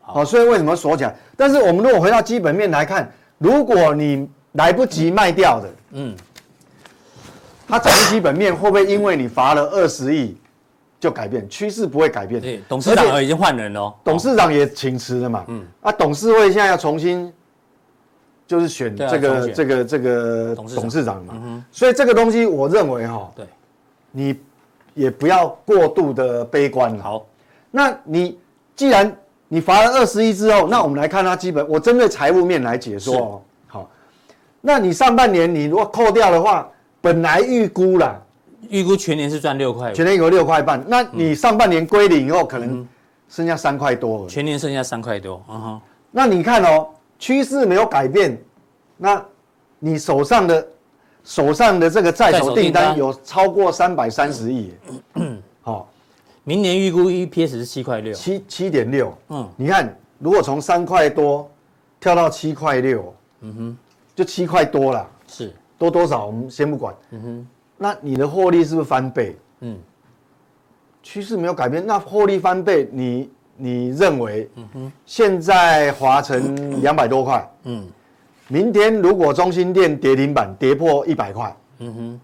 Speaker 1: 好、所以为什么锁起来？但是我们如果回到基本面来看，如果你来不及卖掉的，嗯，它整个基本面会不会因为你罚了二十亿就改变？趋势不会改变。
Speaker 2: 对，董事
Speaker 1: 而
Speaker 2: 长
Speaker 1: 且
Speaker 2: 已经换人了哦，
Speaker 1: 董事长也请辞了嘛。嗯，啊，董事会现在要重新。就是选
Speaker 2: 对啊
Speaker 1: 这
Speaker 2: 重
Speaker 1: 个、
Speaker 2: 选
Speaker 1: 这个这个
Speaker 2: 董事长嗯
Speaker 1: 董事长嘛，所以这个东西我认为哈，
Speaker 2: 对，
Speaker 1: 你也不要过度的悲观了。
Speaker 2: 好，
Speaker 1: 那你既然你罚了二十亿之后，那我们来看它基本，我针对财务面来解说哦。好，那你上半年你如果扣掉的话，本来预估啦，
Speaker 2: 预估全年是赚六块五，
Speaker 1: 全年有六块半，
Speaker 2: 嗯
Speaker 1: 那你上半年归零以后，可能剩下三块多而已。
Speaker 2: 全年剩下三块多，嗯哼，
Speaker 1: 那你看哦，趋势没有改变，那你手上的手上的这个在
Speaker 2: 在
Speaker 1: 手
Speaker 2: 手
Speaker 1: 订
Speaker 2: 订单
Speaker 1: 单嗯有超过三百三十亿耶，好、
Speaker 2: 明年预估 EPS 是七块六，
Speaker 1: 七七点六，
Speaker 2: 嗯
Speaker 1: 嗯，你看，如果从三块多跳到七块六，嗯哼，就七块多啦，
Speaker 2: 是
Speaker 1: 多多少我们先不管，嗯哼，那你的获利是不是翻倍？
Speaker 2: 嗯
Speaker 1: 嗯，趋势没有改变，那获利翻倍，你你认为，嗯哼，现在华
Speaker 2: [coughs]
Speaker 1: 晨两百多块，嗯，明天如果中心店跌停板跌破一百块，嗯哼，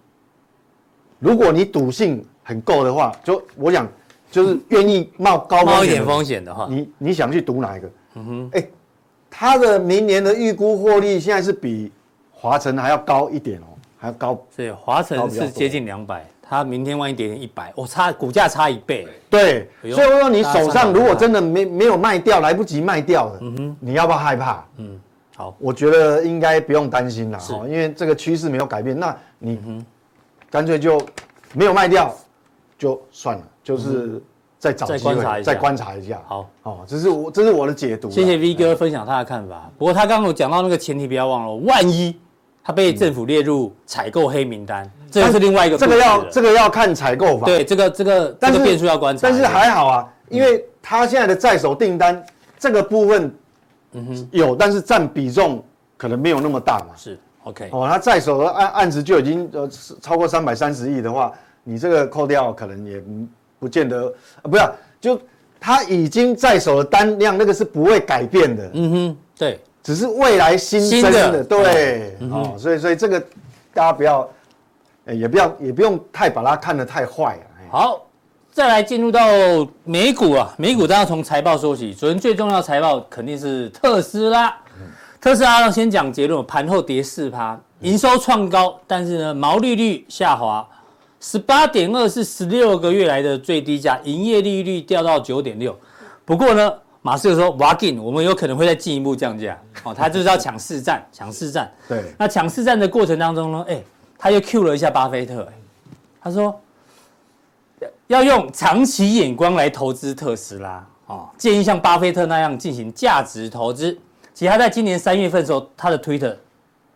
Speaker 1: 如果你赌性很够的话，就我想。就是愿意冒高风险的
Speaker 2: 冒一
Speaker 1: 人
Speaker 2: 点风险的话，
Speaker 1: 你你想去赌哪一个？嗯哼，哎、它的明年的预估获利现在是比华晨还要高一点哦，还要高。
Speaker 2: 所以华
Speaker 1: 高
Speaker 2: 晨
Speaker 1: 比较多
Speaker 2: 是接近两百，它明天万一跌一百，我差股价差一倍，
Speaker 1: 对，
Speaker 2: 哎
Speaker 1: 所以
Speaker 2: 呦
Speaker 1: 我说你手上如果
Speaker 2: 大家上
Speaker 1: 真的没没有卖掉，来不及卖掉的，嗯哼，你要不要害怕？
Speaker 2: 嗯，好，
Speaker 1: 我觉得应该不用担心啦，
Speaker 2: 是嗯
Speaker 1: 哦因为这个趋势没有改变，那你干脆就没有卖掉就算了，就是再找
Speaker 2: 嗯再
Speaker 1: 机会
Speaker 2: 观察一下
Speaker 1: 再观察一下。
Speaker 2: 好，
Speaker 1: 哦，这是我这是我的解读啦。
Speaker 2: 谢谢 V 哥分享他的看法。不过他刚刚有讲到那个前提，不要忘了，万一他被政府列入采购黑名单，这又是另外一个
Speaker 1: 这个要这
Speaker 2: 个
Speaker 1: 个要看采购法。
Speaker 2: 对这个这个这
Speaker 1: 但是
Speaker 2: 个变数要观察，
Speaker 1: 但是还好啊，因为他现在的在手订单这个部分，有，但是占比重可能没有那么大嘛。
Speaker 2: 是 OK，
Speaker 1: 哦，他在手的案案子就已经呃是超过三百三十亿的话，你这个扣掉可能也嗯不见得，啊、不是啊、就他已经在手的单量那个是不会改变的，
Speaker 2: 嗯哼，对，
Speaker 1: 只是未来新增
Speaker 2: 新
Speaker 1: 的，
Speaker 2: 的
Speaker 1: 对，哦，所以所以这个大家不要，呃也不要也不用太把它看得太坏了、哎
Speaker 2: 好，再来进入到美股啊，美股当然从财报说起，昨天最重要的财报肯定是特斯拉。特斯拉先讲结论，盘后跌四趴，营收创高，但是呢毛利率下滑，十八点二是十六个月来的最低价，营业利率掉到九点六。不过呢，马斯克说挖进，我们有可能会再进一步降价，哦，他就是要抢市占，抢市占。
Speaker 1: 对
Speaker 2: 那抢市占的过程当中呢，哎，他又 Q 了一下巴菲特，哎他说要用长期眼光来投资特斯拉哦，建议像巴菲特那样进行价值投资。其实他在今年三月份的时候，他的 Twitter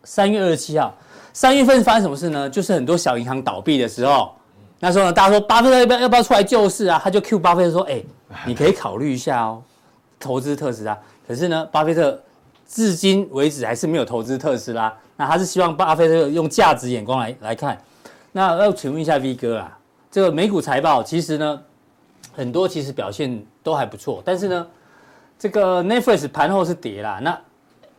Speaker 2: 三月二十七号，三月份发生什么事呢？就是很多小银行倒闭的时候，那时候呢，大家说巴菲特要不要要不要出来救市啊？他就 Q 巴菲特说：“哎、你可以考虑一下哦，投资特斯拉。”可是呢，巴菲特至今为止还是没有投资特斯拉。那他是希望巴菲特用价值眼光来来看。那要请问一下 V 哥啊，这个美股财报其实呢，很多其实表现都还不错，但是呢，这个 Netflix 盘后是跌啦，那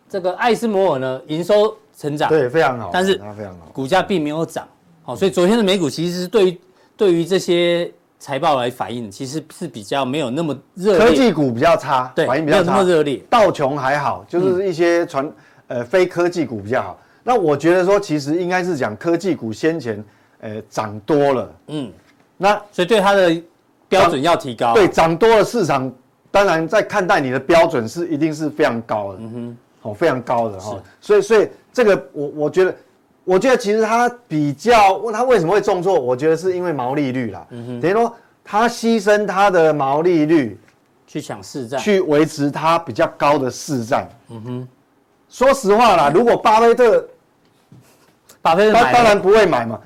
Speaker 2: 这个艾斯摩尔呢，营收成长，
Speaker 1: 对，非常好，
Speaker 2: 但是
Speaker 1: 它非常好。
Speaker 2: 股价并没有涨，好、所以昨天的美股其实是对于对于这些财报来反映，其实是比较没有那么热烈，
Speaker 1: 科技股比较差，
Speaker 2: 对
Speaker 1: 反应比
Speaker 2: 没有
Speaker 1: 较
Speaker 2: 那
Speaker 1: 差
Speaker 2: 么。热嗯烈，
Speaker 1: 道琼还好，就是一些传、呃非科技股比较好。那我觉得说，其实应该是讲科技股先前呃涨多了，
Speaker 2: 嗯，
Speaker 1: 那
Speaker 2: 所以对它的标准要提高，
Speaker 1: 对，涨多了市场，当然在看待你的标准是一定是非常高的，嗯哼，哦，非常高的哈、哦。所以，所以这个我我觉得，我觉得其实它比较，它为什么会重挫？我觉得是因为毛利率啦，
Speaker 2: 嗯
Speaker 1: 等于说它牺牲它的毛利率，
Speaker 2: 去抢市占，
Speaker 1: 去维持它比较高的市占。嗯哼，说实话啦，如果巴菲特
Speaker 2: 巴菲特
Speaker 1: 他
Speaker 2: 买
Speaker 1: 当
Speaker 2: 了，
Speaker 1: 然不会买嘛，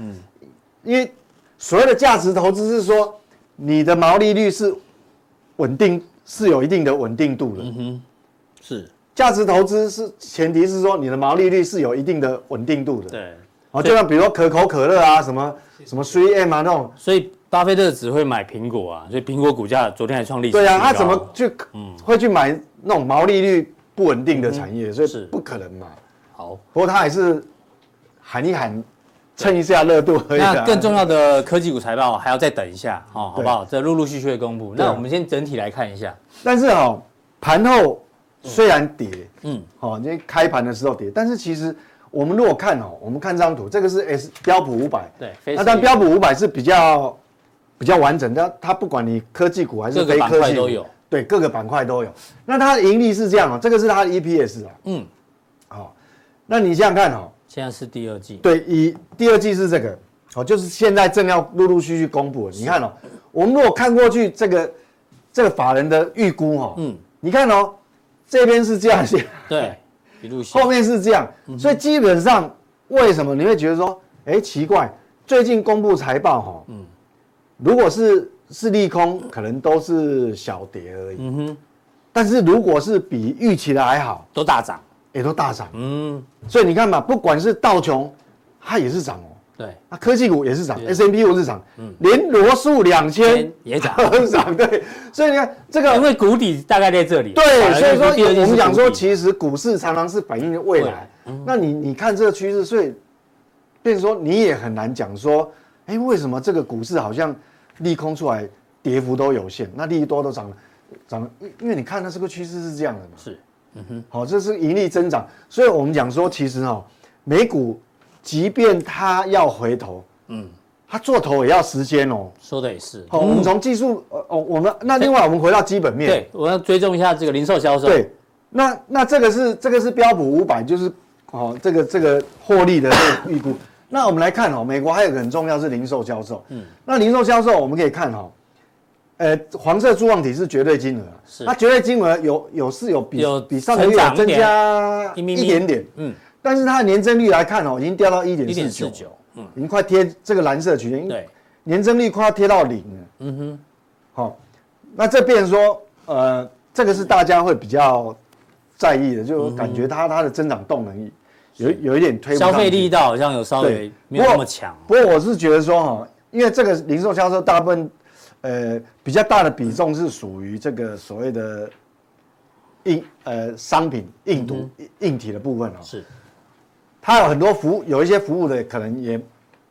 Speaker 1: 因为所谓的价值投资是说你的毛利率是稳定，是有一定的稳定度的。
Speaker 2: 是，
Speaker 1: 价值投资是前提是说你的毛利率是有一定的稳定度的。，
Speaker 2: 对，
Speaker 1: 哦，就像比如说可口可乐啊，什么什么 3M 啊那种，
Speaker 2: 所以巴菲特只会买苹果啊，所以苹果股价昨天还创历史
Speaker 1: 对啊，
Speaker 2: 新
Speaker 1: 他
Speaker 2: 高
Speaker 1: 怎么去会去买那种毛利率不稳定的产业？所以
Speaker 2: 是
Speaker 1: 不可能嘛。
Speaker 2: 好？
Speaker 1: 不过他还是喊一喊，蹭一下热度而已啊。
Speaker 2: 那更重要的科技股财报还要再等一下，哦，好
Speaker 1: 对啊
Speaker 2: 不好？这陆陆续续会公布。那我们先整体来看一下，
Speaker 1: 但是哦，盘后虽然跌，
Speaker 2: 嗯
Speaker 1: 嗯，哦，因为开盘的时候跌，但是其实我们如果看哦，我们看这张图，这个是 S 标普五百，
Speaker 2: 对非
Speaker 1: 那但
Speaker 2: 是
Speaker 1: 标普五百是比较比较完整的，它不管你科技股还是
Speaker 2: 各个
Speaker 1: 非
Speaker 2: 板
Speaker 1: 科
Speaker 2: 块
Speaker 1: 技股
Speaker 2: 都有，
Speaker 1: 对，各个板块都有。那它的盈利是这样哦，这个是它的 EPS 哦，
Speaker 2: 嗯，
Speaker 1: 好、那你想想看哦，
Speaker 2: 现在是第二季，
Speaker 1: 对，以第二季是这个，哦，就是现在正要陆陆续续公布了。你看哦，我们如果看过去这个这个法人的预估哦，
Speaker 2: 嗯
Speaker 1: 嗯，你看哦，这边是这样 [laughs] 写，
Speaker 2: 对，一路下
Speaker 1: 后面是这样，所以基本上为什么你会觉得说，哎，奇怪，最近公布财报哈、哦，嗯，如果是是利空，可能都是小跌而已，嗯哼，但是如果是比预期的还好，
Speaker 2: 都大涨，
Speaker 1: 也都大涨，
Speaker 2: 嗯，
Speaker 1: 所以你看嘛，不管是道琼，它也是涨哦。
Speaker 2: 对，
Speaker 1: 啊，科技股也是涨
Speaker 2: 也
Speaker 1: ，S M P 五是涨，连罗素两千 [laughs]
Speaker 2: 也涨
Speaker 1: 涨，对，所以你看这个，
Speaker 2: 因为谷底大概在这里，
Speaker 1: 对，所以
Speaker 2: 第二
Speaker 1: 说
Speaker 2: 季是嗯
Speaker 1: 我们讲说，
Speaker 2: 谷底
Speaker 1: 其实股市常常是反映未
Speaker 2: 未
Speaker 1: 来
Speaker 2: 来。
Speaker 1: 那你你看这个趋势，所以，变成说你也很难讲说，哎，为什么这个股市好像利空出来跌幅都有限，那利多都涨了，涨了，因因为你看它这个趋势是这样的嘛。
Speaker 2: 是嗯
Speaker 1: 好、这是盈利增长。所以我们讲说，其实哦，美股即便它要回头，嗯，它做头也要时间哦。
Speaker 2: 说的也是，
Speaker 1: 好、我们从技术，哦哦，我们那另外我们回到基本面，
Speaker 2: 嗯对，我要追踪一下这个零售销售，，
Speaker 1: 对，那那这个是这个是标普五百，就是哦这个这个获利的这个预估。那我们来看哦，美国还有一个很重要是零售销售。嗯，那零售销售我们可以看哦，呃，黄色柱状体是绝对金额啊，
Speaker 2: 是
Speaker 1: 那绝对金额有有是有比
Speaker 2: 有
Speaker 1: 比上个月
Speaker 2: 成长
Speaker 1: 有
Speaker 2: 一
Speaker 1: 增
Speaker 2: 点
Speaker 1: 加
Speaker 2: 一咪咪
Speaker 1: 一点点，
Speaker 2: 嗯，
Speaker 1: 但是它的年增率来看哦，已经掉到一点
Speaker 2: 一点
Speaker 1: 四
Speaker 2: 四
Speaker 1: 九，
Speaker 2: 九，嗯，
Speaker 1: 已经快贴这个蓝色曲线，
Speaker 2: 对，
Speaker 1: 年增率快要贴到零了。嗯哼，好、那这变成说，呃，这个是大家会比较在意的，就感觉它、它的增长动能有有一点嗯推不上
Speaker 2: 嗯消
Speaker 1: 去
Speaker 2: 费力道好像有稍微
Speaker 1: 对
Speaker 2: 没有那么强，
Speaker 1: 不过我是觉得说哈，因为这个零售销售大部分，呃，比较大的比重是属于这个所谓的硬呃商品硬度、
Speaker 2: 嗯
Speaker 1: 硬体的部分哦。
Speaker 2: 是
Speaker 1: 它有很多服务，有一些服务的可能也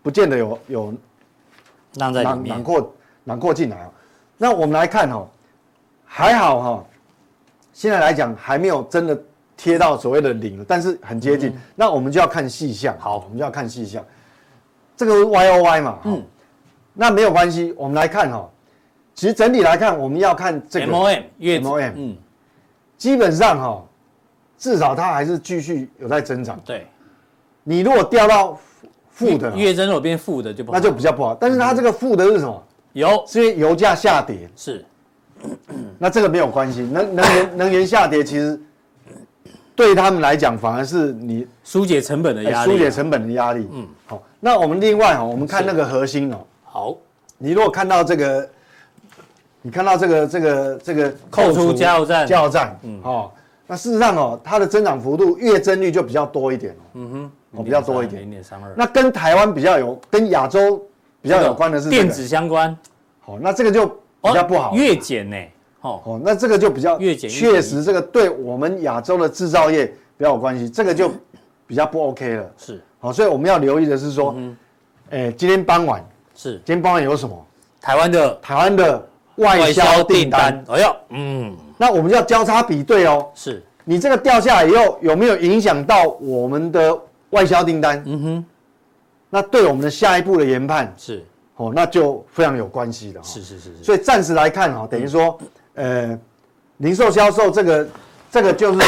Speaker 1: 不见得有有
Speaker 2: 让在里
Speaker 1: 囊囊
Speaker 2: 面，
Speaker 1: 括囊括进来哦。那我们来看哦，还好哈、哦，现在来讲还没有真的贴到所谓的零，但是很接近。
Speaker 2: 嗯
Speaker 1: 那我们就要看细项，好，我们就要看细项。这个 Y O Y 嘛，嗯，那没有关系，我们来看哈、哦。其实整体来看，我们要看这个
Speaker 2: M O M 月
Speaker 1: MOM
Speaker 2: 嗯，
Speaker 1: 基本上哈、哦，至少它还是继续有在增长。
Speaker 2: 对，
Speaker 1: 你如果掉到负的哦，
Speaker 2: 月增如果变负的就不好
Speaker 1: 那就比较不好。但是它这个负的是什
Speaker 2: 嗯
Speaker 1: 么？
Speaker 2: 有
Speaker 1: 是因为油价下跌，
Speaker 2: 是
Speaker 1: 那这个没有关系，能能
Speaker 2: [laughs]
Speaker 1: 源能源下跌，其实对他们来讲反而是你
Speaker 2: 疏解成本的
Speaker 1: 哎
Speaker 2: 压力，啊
Speaker 1: 疏解成本的压力。嗯，好，那我们另外哦，我们看那个核心哦，
Speaker 2: 好，
Speaker 1: 你如果看到这个，你看到这个这个这个
Speaker 2: 扣除加油站
Speaker 1: 加油站，嗯，哦，那事实上哦，它的增长幅度月增率就比较多一点哦，
Speaker 2: 嗯
Speaker 1: 哦比较多一
Speaker 2: 零
Speaker 1: 点。
Speaker 2: 点三二，
Speaker 1: 那跟台湾比较有，跟亚洲比较有关的是这个
Speaker 2: 电子，相关，
Speaker 1: 好，那这个就比较不好，
Speaker 2: 月减呢，哦，
Speaker 1: 哦，那这个就比较
Speaker 2: 越减越
Speaker 1: 确实这个对我们亚洲的制造业比较有关系，这个就比较不 OK 了。
Speaker 2: 是
Speaker 1: 好，所以我们要留意的是说，哎，今天傍晚，
Speaker 2: 是
Speaker 1: 今天傍晚有什么？
Speaker 2: 台湾的
Speaker 1: 台湾的外销订单，，
Speaker 2: 哎呦，嗯，
Speaker 1: 那我们就要交叉比对哦。
Speaker 2: 是
Speaker 1: 你这个掉下来以后，有没有影响到我们的外销订单？嗯哼，那对我们的下一步的研判，
Speaker 2: 是
Speaker 1: 哦，那就非常有关系的、哦。
Speaker 2: 是是是是，
Speaker 1: 所以暂时来看哈、等于说，呃，零售销售这个这个就是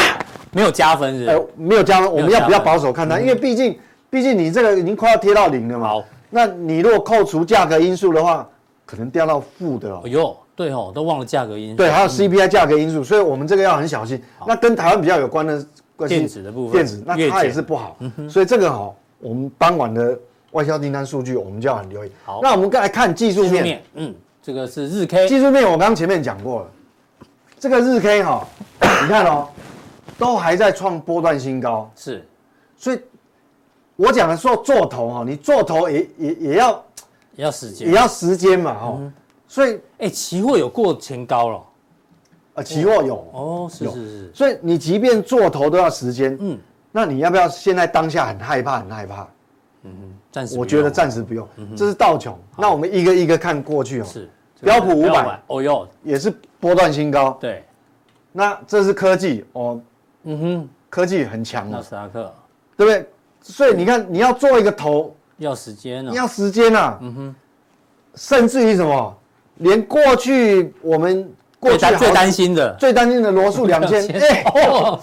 Speaker 2: 没有加分是不是
Speaker 1: 呃没有加，我们要比较
Speaker 2: 加分嗯
Speaker 1: 保守看待，因为毕竟毕竟你这个已经快要贴到零了嘛。
Speaker 2: 好，
Speaker 1: 那你如果扣除价格因素的话，可能掉到负的哦
Speaker 2: 哎。呦，对哦，嗯都忘了价格因素，
Speaker 1: 对，还有 CPI 价格因素，所以我们这个要很小心。那跟台湾比较有关的关系，
Speaker 2: 电子的部分
Speaker 1: 电子那
Speaker 2: 月
Speaker 1: 它也
Speaker 2: 减嗯
Speaker 1: 是不好，所以这个哈，我们傍晚的外销订单数据我们就要很留意。
Speaker 2: 好
Speaker 1: 那我们再来看技术
Speaker 2: 技术
Speaker 1: 面，
Speaker 2: 面，嗯，这个是日 K，
Speaker 1: 技术面我刚刚前面讲过了，这个日 K 哈，你看哦，都还在创波段新高，
Speaker 2: 是
Speaker 1: 所以我讲的说做头哈，你做头也也也要
Speaker 2: 要时
Speaker 1: 也
Speaker 2: 间，
Speaker 1: 要时间嘛哈，所以
Speaker 2: 哎，期货有过前高了，
Speaker 1: 呃期货有
Speaker 2: 哦，是
Speaker 1: 有
Speaker 2: 是是，
Speaker 1: 所以你即便做头都要时间，
Speaker 2: 嗯
Speaker 1: 嗯，那你要不要现在当下很害怕很害怕？
Speaker 2: 暂时
Speaker 1: 我觉得暂
Speaker 2: 时
Speaker 1: 时不用，嗯这是道琼。那我们一个一个看过去哦，
Speaker 2: 是
Speaker 1: 标普
Speaker 2: 这个
Speaker 1: 500
Speaker 2: 500哦哟，
Speaker 1: 也是波段新高。
Speaker 2: 对，
Speaker 1: 那这是科技哦，
Speaker 2: 嗯哼，
Speaker 1: 科技很强
Speaker 2: 纳
Speaker 1: 啊，
Speaker 2: 斯达克
Speaker 1: 对不对？所以你看，你要做一个头，
Speaker 2: 要时间哦，
Speaker 1: 要时间啊，嗯哼，甚至于什么，连过去我们过
Speaker 2: 最
Speaker 1: 去好
Speaker 2: 担最担心的
Speaker 1: 最担心的
Speaker 2: [laughs]
Speaker 1: 罗素两千，哎，
Speaker 2: 哦，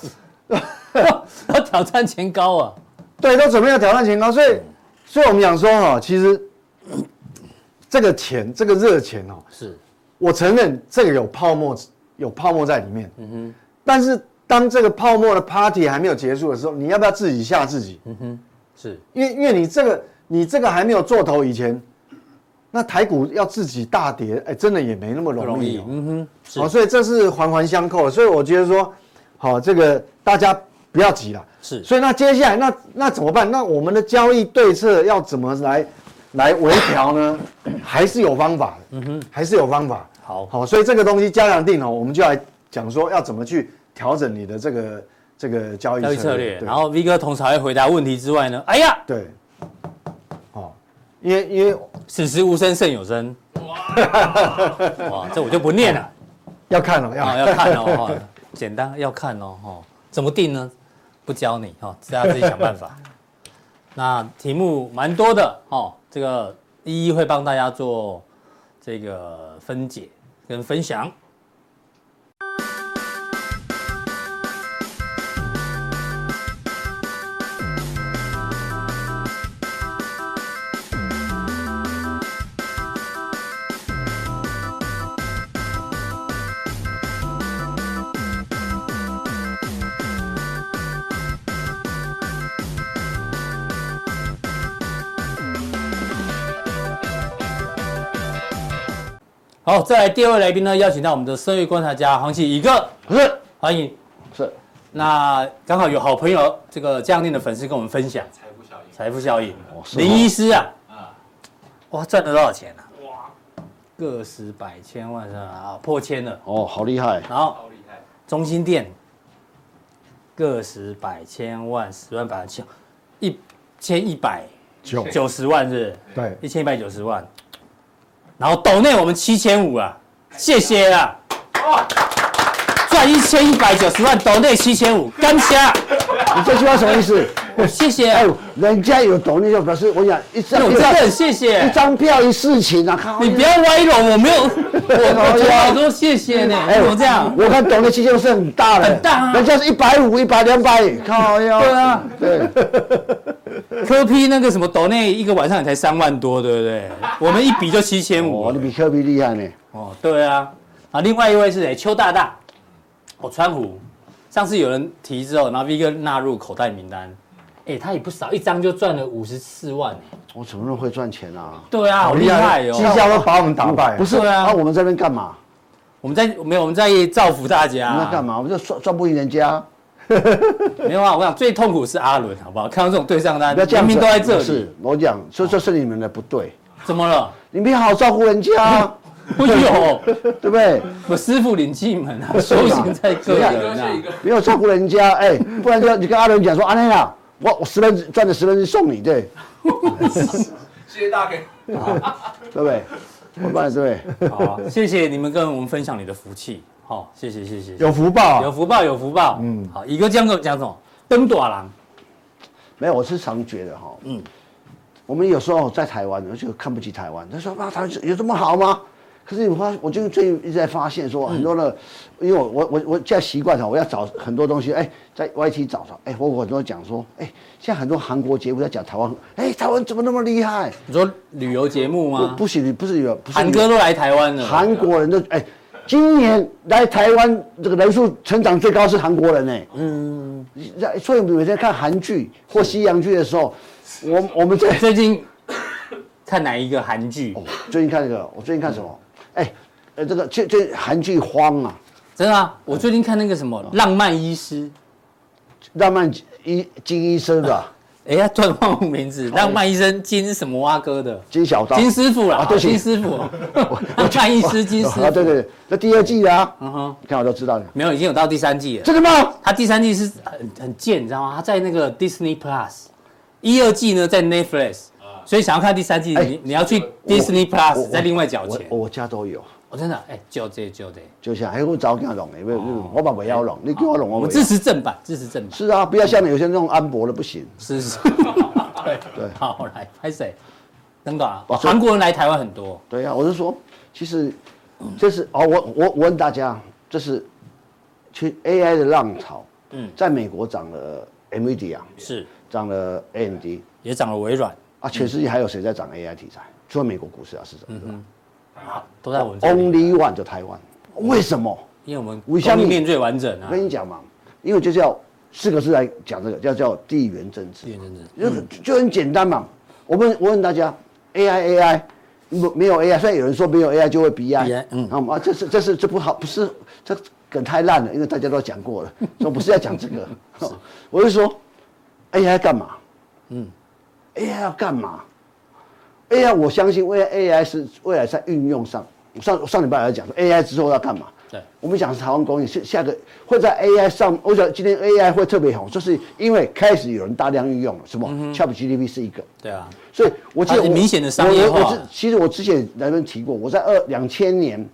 Speaker 2: [laughs] 要挑战前高啊，
Speaker 1: 对，都准备要挑战前高，所以，所以我们想说哈、其实这个钱，这个热钱哦，
Speaker 2: 是
Speaker 1: 我承认这个有泡沫，有泡沫在里面。嗯哼。但是当这个泡沫的 party 还没有结束的时候，你要不要自己吓自己？
Speaker 2: 嗯是
Speaker 1: 因为因为你这个你这个还没有做头以前，那台股要自己大跌，哎，真的也没那么
Speaker 2: 不
Speaker 1: 容
Speaker 2: 容
Speaker 1: 易、
Speaker 2: 易
Speaker 1: 哦，。
Speaker 2: 嗯哼，是
Speaker 1: 好、所以这是环环相扣的，所以我觉得说，好、这个大家不要急了。
Speaker 2: 是
Speaker 1: 所以那接下来那那怎么办？那我们的交易对策要怎么来来微调呢？还是有方法的，嗯哼，还是有方法。
Speaker 2: 好
Speaker 1: 好，所以这个东西加强定哦，我们就来讲说要怎么去调整你的这个这个交易
Speaker 2: 交易策
Speaker 1: 策
Speaker 2: 略。
Speaker 1: 略，对
Speaker 2: 然后 V 哥同时还会回答问题之外呢，哎呀，
Speaker 1: 对，哦，因为因为
Speaker 2: 此时无声胜有
Speaker 1: [laughs]
Speaker 2: 声。哇哇，这我就不念了
Speaker 1: 要看了、哦，要 [laughs]
Speaker 2: 啊，要看哦，哦简单要看哦，哦，怎么定呢？不教你哦，大家自己想办法。那题目蛮多的哦，这个一一会帮大家做这个分解跟分享。好，再来第二位来宾呢，邀请到我们的生育观察家黄启一个，
Speaker 3: 是
Speaker 2: 欢迎。
Speaker 3: 是，
Speaker 2: 那刚好有好朋友这个江念的粉丝跟我们分享
Speaker 4: 财富效应
Speaker 2: 财富效应，
Speaker 3: 是哦
Speaker 2: 林医师啊，
Speaker 4: 啊，
Speaker 2: 哇，赚了多少钱啊？
Speaker 4: 哇，
Speaker 2: 个十百千万是吧？啊，破千了。
Speaker 3: 哦，好厉害，
Speaker 2: 然后
Speaker 4: 好厉害，
Speaker 2: 中心店个十百千万十万百万千一千一百
Speaker 1: 九
Speaker 2: 九十万是
Speaker 1: 对
Speaker 2: 不是一千一百九十万，然后抖内我们七千五啊，谢谢啦，赚一千一百九十万，抖内七千五，干虾，
Speaker 3: 你这句话什么
Speaker 2: [laughs]
Speaker 3: 意思？
Speaker 2: 谢谢，啊
Speaker 3: 哎，人家有懂你就表示，我想一张
Speaker 2: 那我真的很谢谢
Speaker 3: 一。张票一事情啊，看
Speaker 2: 你不要歪拢，我没有，我我
Speaker 3: 哎呀哎
Speaker 2: 我说谢谢呢，你怎么这样？
Speaker 3: 我看懂的期间是很大的，
Speaker 2: 很大啊
Speaker 3: 人家是一百五、一百、两百，靠呀！
Speaker 2: 对啊，
Speaker 3: 对，
Speaker 2: 科批那个什么抖内一个晚上也才三万多，对不对？我们一比就七千
Speaker 3: 哦，
Speaker 2: 五
Speaker 3: 你，比科比厉害呢。
Speaker 2: 哦，对啊，啊，另外一位是谁？邱大大，哦，川湖，上次有人提之后，然后 V 哥纳入口袋名单，哎，他也不少，一张就赚了五十四万，哎
Speaker 3: 我怎么那么会赚钱啊？
Speaker 2: 对啊，好厉害
Speaker 1: 绩
Speaker 2: 哦！
Speaker 1: 效都把我们打败，
Speaker 3: 不是
Speaker 2: 对啊
Speaker 3: 啊，我们这边干嘛？
Speaker 2: 我们在没有我们在造福大家
Speaker 3: 我们在干
Speaker 2: 啊，
Speaker 3: 嘛？我们就赚赚不赢人家，
Speaker 2: 没有啊，我想最痛苦是阿伦，好不好？看到这种对账单，
Speaker 3: 不要这样
Speaker 2: 明
Speaker 3: 子。啊
Speaker 2: 明都在这里，嗯
Speaker 3: 是，我讲，所以这是你们的不对， [laughs]
Speaker 2: 怎么了？
Speaker 3: 你们好好照顾人家啊。
Speaker 2: 我有，
Speaker 3: 对不对？
Speaker 2: 我师傅领进门啊，修行在个人啊。
Speaker 3: 没有照顾
Speaker 2: [laughs]
Speaker 3: 人家，哎、不然就你跟阿伦讲说，阿伦啊，我我十分之赚的十分之送你，对
Speaker 4: 谢谢大给。
Speaker 3: 对不对？我办对不对？
Speaker 2: 好啊，谢谢你们跟我们分享你的福气，好、谢谢谢谢，
Speaker 1: 有福报、
Speaker 2: 有
Speaker 1: 啊。
Speaker 2: 福报有福报，嗯
Speaker 1: 嗯，
Speaker 2: 好，乙哥这样跟我讲什么？登短郎，
Speaker 3: 没有，我是常觉得哈，
Speaker 2: 嗯
Speaker 3: 嗯，我们有时候在台湾，我就看不起台湾，他说啊，台湾有这么好吗？可是你发，我就最一直在发现说很多的，因为我我我我现在习惯了，我要找很多东西，哎，在 YT 找找，哎，我我很多人讲说，哎，现在很多韩国节目在讲台湾，哎，台湾怎么那么厉害？
Speaker 2: 你说旅游节目
Speaker 3: 不
Speaker 2: 吗？
Speaker 3: 不行，不是有不是
Speaker 2: 韩哥都来台湾了，
Speaker 3: 韩国人都哎、今年来台湾这个人数成长最高是韩国人呢、嗯，所以我们每天看韩剧或西洋剧的时候，我我
Speaker 2: [laughs]
Speaker 3: 们
Speaker 2: [laughs]
Speaker 3: 在
Speaker 2: 最近看哪一个韩剧？
Speaker 3: 最近看这个，我最近看什么？哎、呃，这个这这韩剧荒啊，
Speaker 2: 真的、啊，我最近看那个什
Speaker 3: 嗯
Speaker 2: 么《浪漫医师》，
Speaker 3: 浪漫医金医生
Speaker 2: [laughs]
Speaker 3: 的啊
Speaker 2: 哎呀，突然忘我名
Speaker 3: 哦
Speaker 2: 字，《浪漫医生》金什么蛙哥的
Speaker 3: 金小刀，
Speaker 2: 金师傅啦，
Speaker 3: 啊对不起
Speaker 2: 金
Speaker 3: [laughs]
Speaker 2: 师傅，浪漫医师金师傅，
Speaker 3: 啊，对对对，这第二季的啊，
Speaker 2: 嗯哼，
Speaker 3: 你看我都知道了，
Speaker 2: 没有，已经有到第三季了。
Speaker 3: 真的吗？
Speaker 2: 他第三季是很很贱，你知道吗？他在那个 Disney Plus，一二季呢在 Netflix，所以想要看第三季，
Speaker 3: 哎
Speaker 2: 你你要去
Speaker 3: 啊我
Speaker 2: Disney
Speaker 3: 我
Speaker 2: Plus 再另外缴
Speaker 3: 我
Speaker 2: 钱。
Speaker 3: 我我家都有，
Speaker 2: 我真的哎，就这就这，
Speaker 3: 就像还哎有我找给他弄的，因为我把我要弄，你给我弄，
Speaker 2: 哦哎我
Speaker 3: 我
Speaker 2: 们
Speaker 3: 不要
Speaker 2: 支持正版，支持正版，
Speaker 3: 是啊，不要像有些那种安博的不行。
Speaker 2: 是是。
Speaker 3: 对
Speaker 2: [laughs] 好，来拍谁？等等啊，
Speaker 3: 哦这
Speaker 2: 韩国人来台湾很多，
Speaker 3: 对呀、我是说，其实这是哦，我我我问大家，这是去 AI 的浪潮，
Speaker 2: 嗯
Speaker 3: 嗯，在美国涨了 NVIDIA，
Speaker 2: 是
Speaker 3: 啊涨了 AMD，
Speaker 2: 也涨了微软
Speaker 3: 啊，全世界还有谁在涨 AI 题材？除了美国股市啊，市场、
Speaker 2: 啊，都在我们这里，
Speaker 3: Only one 就台湾，为什么？
Speaker 2: 因为我们
Speaker 3: 我相
Speaker 2: 供应
Speaker 3: 信
Speaker 2: 链最完整啊
Speaker 3: 我。跟你讲嘛，因为就是要四个字来讲这个，叫叫地缘政治。
Speaker 2: 地缘政治嗯
Speaker 3: 就很就很简单嘛。我问我问大家，AI AI 没没有 AI，虽然有人说没有 AI 就会 BI，
Speaker 2: BI 嗯
Speaker 3: 好吗？这是这是这不好，不是这梗太烂了，因为大家都讲过了，所以不是要讲这
Speaker 2: [laughs]
Speaker 3: 个。我是说，AI 干嘛？嗯，AI 要干嘛？AI 我相信未来 AI 是未来在运用上，我上我上礼拜来讲说 AI 之后要干嘛？
Speaker 2: 对
Speaker 3: 我们讲是台湾工业，下下个会在 AI 上，我想今天 AI 会特别红，就是因为开始有人大量运用了，什么 ChatGPT 是一个，
Speaker 2: 对啊，
Speaker 3: 所以我记得
Speaker 2: 它
Speaker 3: 我
Speaker 2: 是明显的商业化
Speaker 3: 我我我之其实我之前来这边提过，我在二两千年，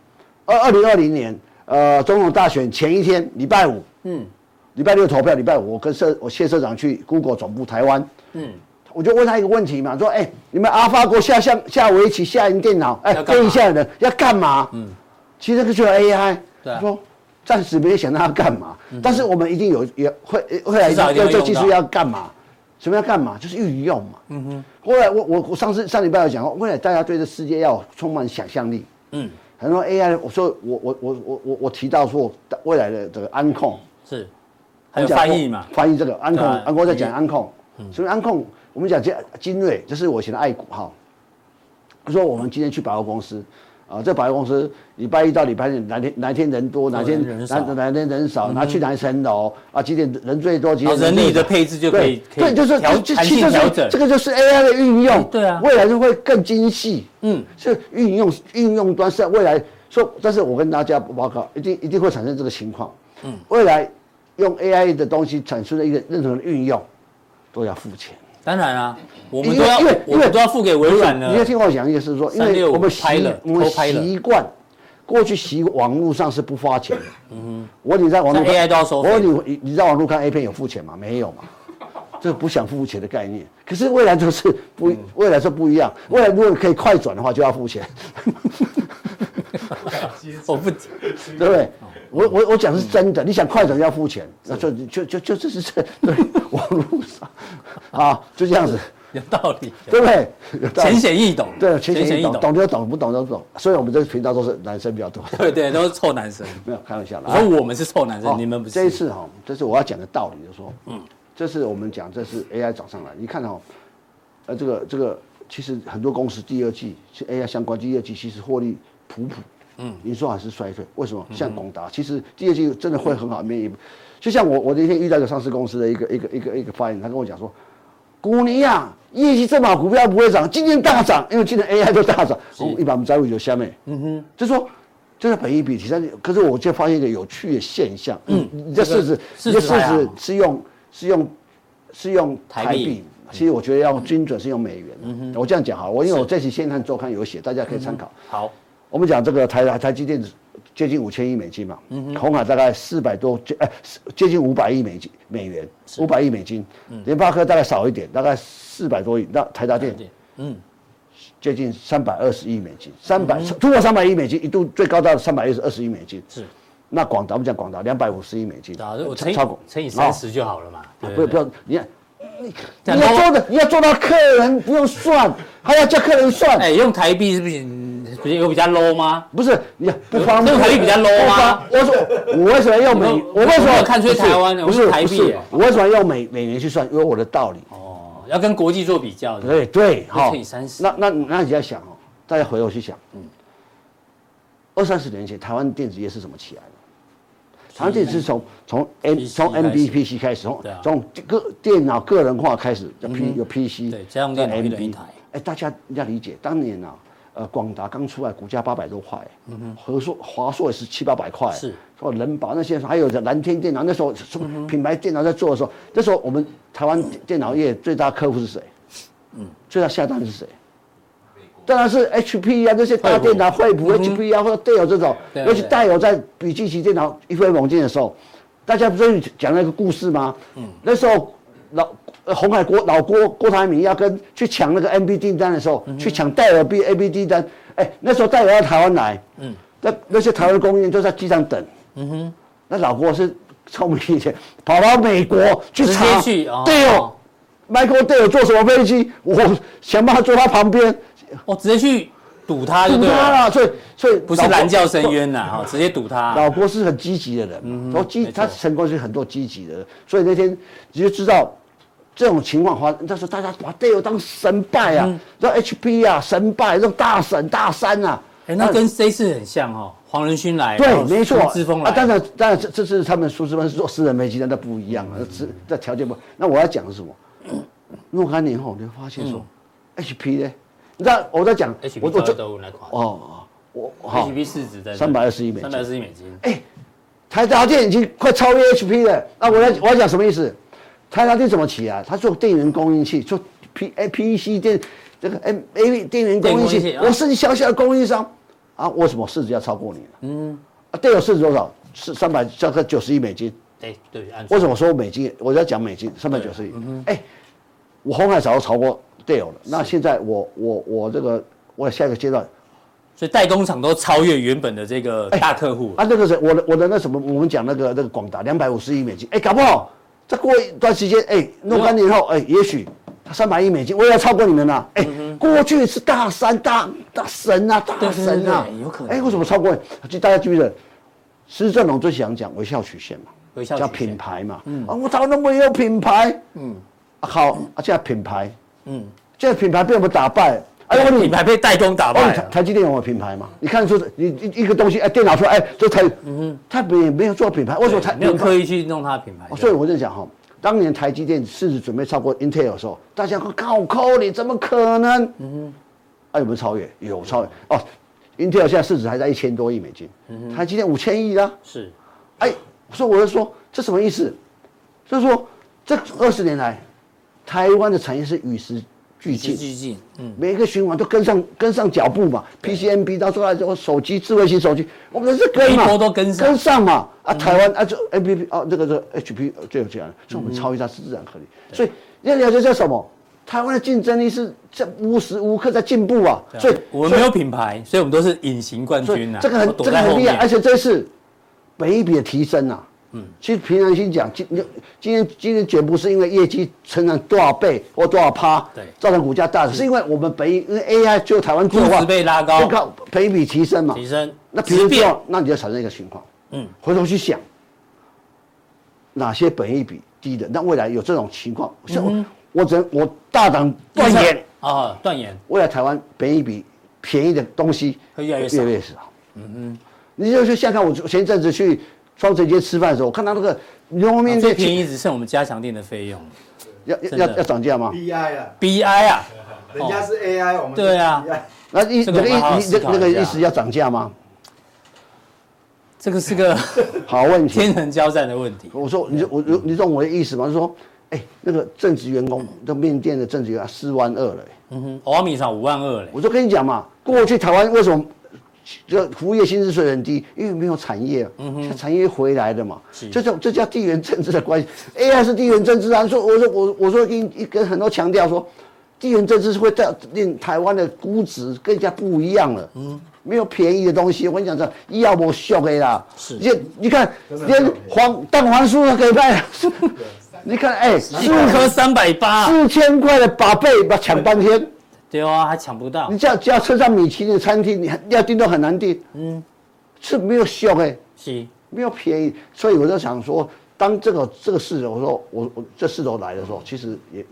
Speaker 3: 二二零二零年，呃，总统大选前一天，礼拜五，嗯，礼拜六投票，礼拜五我跟社我谢社长去 Google 总部台湾，
Speaker 2: 嗯，
Speaker 3: 我就问他一个问题嘛，说，哎、你们阿发国下下下围棋、下赢电脑，哎、
Speaker 2: 要干嘛
Speaker 3: 跟一下人要干嘛？嗯，其实那个就是 AI，
Speaker 2: 对啊嗯
Speaker 3: 他说暂时没有想到要干嘛，但是我们一定有也会会来
Speaker 2: 至少一定
Speaker 3: 要
Speaker 2: 会
Speaker 3: 这
Speaker 2: 用
Speaker 3: 技术
Speaker 2: 到
Speaker 3: 要干嘛？什么要干嘛？就是运用嘛。嗯哼。后来我我我上次上礼拜有讲过，哦未来大家对这世界要充满想象力。
Speaker 2: 嗯，
Speaker 3: 很多 AI，我说我我我我我我提到说未来的这个安控。
Speaker 2: 是，还有翻译嘛，
Speaker 3: 翻译这个安控，
Speaker 2: 对嗯啊
Speaker 3: 安国在讲安控，所以安控我们讲精精锐，这是我以前的爱股哈。我说我们今天去百货公司，啊，这百货公司礼拜一到礼拜天哪天哪天人多，哪天
Speaker 2: 人哦人
Speaker 3: 哪
Speaker 2: 少
Speaker 3: 哪天人少，哪去哪一层楼啊，几点人最多，几
Speaker 2: 然后
Speaker 3: 点
Speaker 2: 哦人
Speaker 3: 最
Speaker 2: 力的
Speaker 3: 少
Speaker 2: 配置就可以
Speaker 3: 对，
Speaker 2: 可
Speaker 3: 对，
Speaker 2: 以
Speaker 3: 就是
Speaker 2: 调
Speaker 3: 这
Speaker 2: 弹
Speaker 3: 其
Speaker 2: 性
Speaker 3: 实
Speaker 2: 调
Speaker 3: 是
Speaker 2: 整，
Speaker 3: 这个就是 AI 的运用，
Speaker 2: 对啊
Speaker 3: 未来就会更精细，
Speaker 2: 嗯
Speaker 3: 嗯，是运用运用端是在未来说，但是我跟大家报告，一定一定会产生这个情况，嗯，未来用 AI 的东西产生的一个任何的运用，都要付钱。
Speaker 2: 当然啊，我们
Speaker 3: 因
Speaker 2: 都
Speaker 3: 为
Speaker 2: 要
Speaker 3: 因为
Speaker 2: 我们都要付给微软
Speaker 3: 你要
Speaker 2: 了，
Speaker 3: 听我讲，意思是说，因为
Speaker 2: 365
Speaker 3: 我们习
Speaker 2: 拍了
Speaker 3: 我们
Speaker 2: 偷拍了
Speaker 3: 习惯过去习网络上是不花钱的，嗯，我你在网络
Speaker 2: 那 AI 都要收
Speaker 3: 我
Speaker 2: 费
Speaker 3: 问你，你你在网络看 A 片有付钱吗？没有嘛，这不想付钱的概念。可是未来就是
Speaker 2: 嗯
Speaker 3: 不，未来是不一样。未来如果可以快转的话，就要付钱，
Speaker 2: [laughs] 我不
Speaker 3: 对不对？我我我讲是真的，你想快转要付钱，那就就就就这是这对网络上啊，就这样子，
Speaker 2: 有道理，
Speaker 3: 对不对？有道理
Speaker 2: 浅显易懂，
Speaker 3: 对，浅显易懂，懂就懂，不懂就不懂。所以我们这个频道都是男生比较多， [laughs]
Speaker 2: 对对，都是臭男生。
Speaker 3: 没有开玩笑啦。
Speaker 2: 我说我们是臭男
Speaker 3: 好
Speaker 2: 生，你们不
Speaker 3: 啊哦这一
Speaker 2: 是。
Speaker 3: 次哈，这是我要讲的道理，就是说，嗯，这是我们讲，这是 AI 涨上来，你看哈，呃，这个这个，其实很多公司第二季是 AI 相关，第二季其实获利普普，嗯，营收还是衰退，为什
Speaker 2: 嗯
Speaker 3: 么？像广达，其实第二季真的会很好，面也不，就像我我那天遇到一个上市公司的一个一个一个一个发言，他跟我讲说，古尼啊，业绩这么好，股票不会涨，今天大涨，因为今天 AI 都大涨，我一般我们在乎有下面，嗯哼，就说。就是本一比提升，可是我就发现一个有趣的现象，嗯，你的市值，
Speaker 2: 这
Speaker 3: 你
Speaker 2: 个市值
Speaker 3: 的市
Speaker 2: 还好
Speaker 3: 值是用是用是用
Speaker 2: 台
Speaker 3: 台
Speaker 2: 币
Speaker 3: 币，嗯其实我觉得要精准是用美元。我这样讲好，我因为我这期《先看周刊》有写，大家可以参考。
Speaker 2: 好，
Speaker 3: 我们讲这个台台积电接近五千亿美金嘛，
Speaker 2: 嗯
Speaker 3: 红海大概四百多，接哎四接近五百亿美金美元，五百亿美金，
Speaker 2: 嗯
Speaker 3: 联发科大概少一点，大概四百多亿，那台达电
Speaker 2: 嗯，
Speaker 3: 接近三百二十亿美金，三百突破三百亿美金，一度最高到三百二十二十亿美金，
Speaker 2: 是，
Speaker 3: 那广达我们讲广达两百五十亿美金，
Speaker 2: 啊，我乘以
Speaker 3: 超过
Speaker 2: 乘以
Speaker 3: 哦
Speaker 2: 三十就好了嘛，对
Speaker 3: 不
Speaker 2: 不
Speaker 3: 要不
Speaker 2: 对？
Speaker 3: 要，你
Speaker 2: 讲
Speaker 3: 看，你你
Speaker 2: 到
Speaker 3: 要做的，你要做到客人不用算，还要叫客人算。
Speaker 2: 哎，用台币是不是比有比较 low 吗？
Speaker 3: 不是你不方便，
Speaker 2: 这个台币比较 low 吗
Speaker 3: 不方？我说我为什么要美
Speaker 2: 你？
Speaker 3: 我为什
Speaker 2: 你
Speaker 3: 么
Speaker 2: 有看出
Speaker 3: 不是
Speaker 2: 台湾
Speaker 3: 不是
Speaker 2: 我们台币
Speaker 3: 不是
Speaker 2: 耶
Speaker 3: 我为什么要美美元去算？有我的道理。
Speaker 2: 哦，要跟国际做比较，
Speaker 3: 对对，
Speaker 2: 乘以30
Speaker 3: 那那那你要想哦，大家回头去想，嗯，二三十年前台湾电子业是怎么起来的？台湾电子是从从 N 从
Speaker 2: 开始
Speaker 3: MBPC 开始，从
Speaker 2: 对啊嗯
Speaker 3: 从个电脑个人化开始，叫 P 有 PC，
Speaker 2: 对家用电脑一人
Speaker 3: MB
Speaker 2: 一台
Speaker 3: 哎，大家要理解，当年啊，呃，广达刚出来，股价八百多块，嗯和硕华硕也是七八百块，
Speaker 2: 是
Speaker 3: 说人保那些，还有蓝天电脑，那时候什么品牌电脑在做的时候，那时候我们台湾电脑业最大客户是谁？嗯，最大下单是谁？当然是 HP 啊，这些大电脑，惠普、HP 啊，或者戴尔这种，
Speaker 2: 嗯对
Speaker 3: 尤其
Speaker 2: 对啊
Speaker 3: 戴尔在笔记型电脑一飞猛进的时候，大家不是讲那个故事吗？嗯，那时候老呃红海国老郭郭台铭要跟去抢那个 NB 订单的时
Speaker 2: 嗯
Speaker 3: 候，去抢戴尔 B NB 订单，哎，那时候戴尔到台湾来，嗯，那那些台湾供应链就在机场等，嗯哼，那老郭是聪明一点，跑到美国去
Speaker 2: 直接
Speaker 3: 查
Speaker 2: 去哦
Speaker 3: 戴尔。Michael Dell 坐什么飞机？我想办法坐他旁边，
Speaker 2: 哦，直接去堵它就
Speaker 3: 堵
Speaker 2: 对
Speaker 3: 他
Speaker 2: 了，
Speaker 3: 啦，啊所以所以
Speaker 2: 不是
Speaker 3: 老郭
Speaker 2: 蓝教深渊啊嗯呐，哦哈，直接堵它。
Speaker 3: 老郭是很积极的人嘛，然后
Speaker 2: 没
Speaker 3: 积
Speaker 2: 错
Speaker 3: 他成功是很多积极的人，所以那天你就知道这种情况发生，那时候大家把队友当神拜啊，
Speaker 2: 嗯
Speaker 3: 让 HP 啊神拜，让大神大山啊，
Speaker 2: 哎，那跟这次很像哦，黄仁勋来，然
Speaker 3: 对，
Speaker 2: 后
Speaker 3: 没错，
Speaker 2: 苏之峰来，
Speaker 3: 啊当然，当然，这这是他们苏志峰是做私人飞机，那那不一样
Speaker 2: 嗯
Speaker 3: 啊，这这条件不。那我要讲的是什么？若干年后，你会发现说，HP 呢？你知道我在讲，
Speaker 2: HP
Speaker 3: 我我
Speaker 2: 这
Speaker 3: 就
Speaker 2: 都来款
Speaker 3: 哦哦，我好。
Speaker 2: ，HP 市值在
Speaker 3: 321美金
Speaker 2: 三百二十亿美金，
Speaker 3: 哎，台达电已经快超越 HP 了。那我来我要讲什么意思？台达电怎么起啊？它做电源供应器，做 P A P E C 电这个 M A V 电源供
Speaker 2: 电源
Speaker 3: 应
Speaker 2: 供应器
Speaker 3: 器，
Speaker 2: 啊
Speaker 3: 我是你小小的供应商啊，为什么市值要超过你了？嗯，啊，电有市值多少？是三百这个九十亿美金。
Speaker 2: 哎，对，按
Speaker 3: 为什么说美金？我要讲美金三百九十亿。
Speaker 2: 嗯
Speaker 3: 哎、我红海早就超过 d 有了。那现在我我我这个我下一个阶段
Speaker 2: 所以代工厂都超越原本的这个大客户了，
Speaker 3: 啊，那个是我的我的那什么，我们讲那个那个广达两百五十亿美金，哎、搞不好再过一段时间，哎、若干年后，哎、也许它三百亿美金，我也要超过你们了、哎、
Speaker 2: 嗯
Speaker 3: 过去是大山大大神啊，大神啊，
Speaker 2: 对对对对有可能
Speaker 3: 哎、为什么超过？就大家记不记得，施正荣最想讲微笑曲线嘛，
Speaker 2: 微笑曲
Speaker 3: 叫
Speaker 2: 线嗯
Speaker 3: 品牌嘛，啊，我台湾都没有品牌，嗯，啊、好，啊，现在品牌，嗯，现在品牌被我们打败，哎、我你
Speaker 2: 品牌被代工打
Speaker 3: 哦，
Speaker 2: 败
Speaker 3: 台
Speaker 2: 了，
Speaker 3: 台积电有没有品牌嘛？你看说你一一个东西，哎，电脑出来，哎，这台，他没没有做品牌，为什么台
Speaker 2: 嗯对没有
Speaker 3: 品牌
Speaker 2: 刻意去弄它的品牌
Speaker 3: 哦？所以我在讲哈，当年台积电市值准备超过 Intel 的时候，大家说靠扣你怎么可能？嗯啊，有没有超越？有超越哦，Intel 现在市值还在一千多亿美金，
Speaker 2: 嗯
Speaker 3: 台积电五千亿啦。
Speaker 2: 是
Speaker 3: 哎，所以我就说这什么意思？就是说这二十年来，台湾的产业是与时俱
Speaker 2: 与时
Speaker 3: 进，
Speaker 2: 俱进，嗯，
Speaker 3: 每一个循环都跟上跟上脚步嘛，PCMB 到后来之后，手机智慧型手机，我们都是跟嘛，
Speaker 2: 每一波都跟上嗯
Speaker 3: 跟上嘛。啊，台湾啊，就 M B P 啊，这个这个 H P 就有这样的，所以
Speaker 2: 嗯
Speaker 3: 我们超越它是自然合理。所以要了解叫什么？台湾的竞争力是在无时无刻在进步啊，所以
Speaker 2: 我们没有品牌，所以我们都是隐形冠
Speaker 3: 所以
Speaker 2: 军呐，
Speaker 3: 这个
Speaker 2: 都
Speaker 3: 很
Speaker 2: 躲
Speaker 3: 这个
Speaker 2: 在
Speaker 3: 很
Speaker 2: 后
Speaker 3: 厉害，而
Speaker 2: 面，
Speaker 3: 且这次本一比的提升啊，嗯，其实凭良心讲，今今天今天绝不是因为业绩成长多少倍或多少趴，
Speaker 2: 对
Speaker 3: 造成股价大涨，是因为我们本一因为 AI 就台湾做的
Speaker 2: 估
Speaker 3: 话
Speaker 2: 值被拉高
Speaker 3: 就靠本一比提升嘛，
Speaker 2: 提升
Speaker 3: 那提升
Speaker 2: 质
Speaker 3: 之
Speaker 2: 变
Speaker 3: 后，那你就产生一个情况，
Speaker 2: 嗯
Speaker 3: 嗯，回头去想，哪些本一比低的，那未来有这种情况，像
Speaker 2: 嗯
Speaker 3: 我我只能我大胆断言，
Speaker 2: 啊，断言，
Speaker 3: 未来台湾便宜比便宜的东西
Speaker 2: 会越来越少
Speaker 3: 越少。嗯哼，你就去像看我前一阵子去双城街吃饭的时候，我看到那个牛肉面
Speaker 2: 啊最
Speaker 3: 店
Speaker 2: 便宜只剩我们加强店的费用，
Speaker 3: 要
Speaker 2: 真的
Speaker 3: 要要涨价吗？
Speaker 1: BI 啊，
Speaker 2: BI 啊，
Speaker 1: 人家是 AI，我们是
Speaker 2: 对啊
Speaker 1: BI
Speaker 3: 那意
Speaker 2: 这
Speaker 3: 那
Speaker 2: 个
Speaker 3: 个意
Speaker 2: 我们好好
Speaker 3: 你
Speaker 2: 思
Speaker 3: 那
Speaker 2: 考
Speaker 3: 那个
Speaker 2: 一下
Speaker 3: 意思要涨价吗？
Speaker 2: 这个是个
Speaker 3: 好问题。
Speaker 2: 天人交战的问题。
Speaker 3: 我说，你就我我你懂我的意思吗？就是说，哎、那个正职员工，这面店的正职员四万二了、欸
Speaker 2: 嗯哼，欧米厂五万二嘞，
Speaker 3: 我就跟你讲嘛，过去台湾为什么这服务业薪资水很低？因为没有产业，嗯、产业回来的嘛。这种这叫地缘政治的关系。AI [laughs] 是地缘政治啊！说我说我我说跟跟很多强调说，地缘政治是会带令台湾的估值更加不一样了。嗯。没有便宜的东西，我跟你讲这医药我笑给啦，
Speaker 2: 是
Speaker 3: 你你看
Speaker 1: 真的很
Speaker 3: 连
Speaker 1: 便宜
Speaker 3: 黄蛋黄酥都可以卖， [laughs] 你看哎，
Speaker 2: 一
Speaker 3: 四
Speaker 2: 颗三百八，
Speaker 3: 四千块的把贝，把抢半天，
Speaker 2: 对啊，还抢不到
Speaker 3: 你，叫叫车上米其林餐厅，你还要订都很难订。嗯，是没有效哎、
Speaker 2: 是
Speaker 3: 没有便宜，所以我就想说，当这个这个势头的时候，我我这势头来的时候，其实也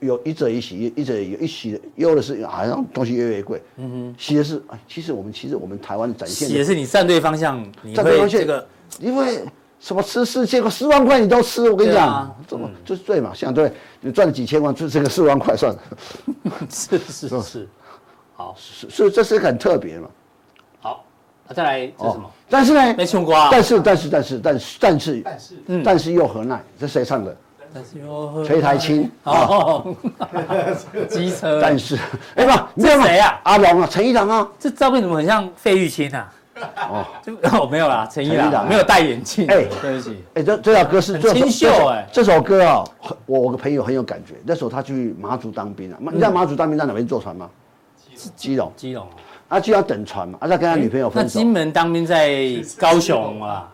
Speaker 3: 有一者一喜，一者有一喜的，忧的是好像东西越来越贵。嗯哼，喜的是哎，其实我们其实我们台湾展现
Speaker 2: 也
Speaker 3: 的
Speaker 2: 是你站对方向，你会这个， [laughs]
Speaker 3: 因为什么吃四千块四万块你都吃，我跟你
Speaker 2: 对
Speaker 3: 讲，
Speaker 2: 啊
Speaker 3: 这么就是对嘛，像对，你赚了几千万，就这个四万块算了，
Speaker 2: 是
Speaker 3: 嗯
Speaker 2: 是是，好
Speaker 3: 是是这是很特别嘛。哦
Speaker 2: 好，那再来这是什么？
Speaker 3: 但是呢，
Speaker 2: 没穷瓜，
Speaker 3: 但是但是但是但是但是
Speaker 4: 但是
Speaker 2: 啊嗯
Speaker 3: 但是又何奈？这谁唱的？
Speaker 2: 但是哟
Speaker 3: 崔台清。
Speaker 2: 哦，机车，
Speaker 3: [laughs] 但是，哎不，
Speaker 2: 嗯这
Speaker 3: 没有嘛
Speaker 2: 谁啊
Speaker 3: 阿龙啊，陈一郎啊。
Speaker 2: 这照片怎么很像费玉清啊？哦，就 [laughs] 哦没有啦，陈一
Speaker 3: 陈一
Speaker 2: 郎
Speaker 3: 郎
Speaker 2: 没有戴眼镜，
Speaker 3: 哎
Speaker 2: 对不起，
Speaker 3: 哎，这这首歌是
Speaker 2: 很
Speaker 3: 这首
Speaker 2: 清秀
Speaker 3: 这首
Speaker 2: 哎
Speaker 3: 这首歌啊，很我我个朋友很有感觉。那时候他去马祖当兵啊，
Speaker 2: 嗯
Speaker 3: 你知道马祖当兵在哪边坐船吗？基隆，
Speaker 2: 基隆，
Speaker 3: 啊就要等船嘛，啊他跟他女朋友
Speaker 2: 那
Speaker 3: 分手
Speaker 2: 金，门当兵在高雄啊，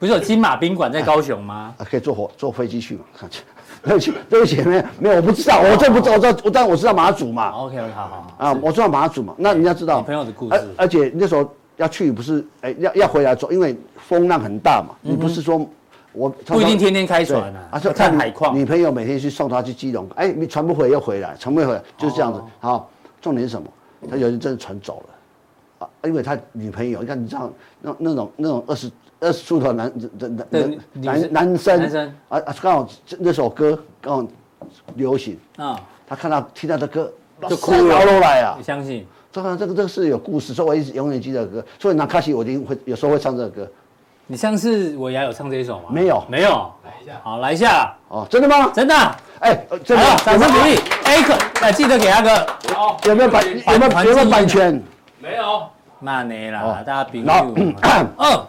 Speaker 2: 不是有金马宾馆在高雄吗？
Speaker 3: 啊可以坐火坐飞机去嘛，看 [laughs] 去。对不起，对不起，没有没有，我不知道，我真不知道，我知道，我但我知道马祖嘛，
Speaker 2: 好 OK，好好好，
Speaker 3: 啊，我知道马祖嘛，那人家知道
Speaker 2: 女朋友的故事
Speaker 3: 而而且那时候要去不是，哎、要要回来做，因为风浪很大嘛，你不是说我
Speaker 2: 嗯不一定天天开船啊，
Speaker 3: 就
Speaker 2: 要看海况
Speaker 3: 女朋友每天去送他去基隆，哎、你船不回又回来，船不回
Speaker 2: 哦
Speaker 3: 来就是这样子。好，重点是什么？他有人真的船走了，啊，因为他女朋友，你看你知道那那种那种二十二十出头的男男
Speaker 2: 对
Speaker 3: 男
Speaker 2: 女
Speaker 3: 男
Speaker 2: 生
Speaker 3: 男生，
Speaker 2: 男生
Speaker 3: 啊啊，刚好这那首歌刚好流行，
Speaker 2: 啊，
Speaker 3: 他看到听到这歌
Speaker 2: 就哭了
Speaker 3: 摇落来啊
Speaker 2: 你。相信？
Speaker 3: 这个这个这个是有故事，所以我一直永远记得歌。所以拿卡西我一定会有时候会唱这个歌。
Speaker 2: 你上次我牙有唱这一首吗？
Speaker 3: 没有
Speaker 2: 没有。来一下，好，来一下，
Speaker 3: 哦，真的吗？
Speaker 2: 真的。好，
Speaker 3: 哎，呃真的吗，
Speaker 2: 掌声鼓励。A 哥，哎，记得给他个
Speaker 4: 好，
Speaker 3: 有没有版
Speaker 4: 没
Speaker 3: 有没有有没有版权？
Speaker 4: 没有？
Speaker 2: 骂你啦
Speaker 3: 哦，
Speaker 2: 大家别
Speaker 3: 然后
Speaker 2: 嗯，
Speaker 3: [coughs]
Speaker 2: 哦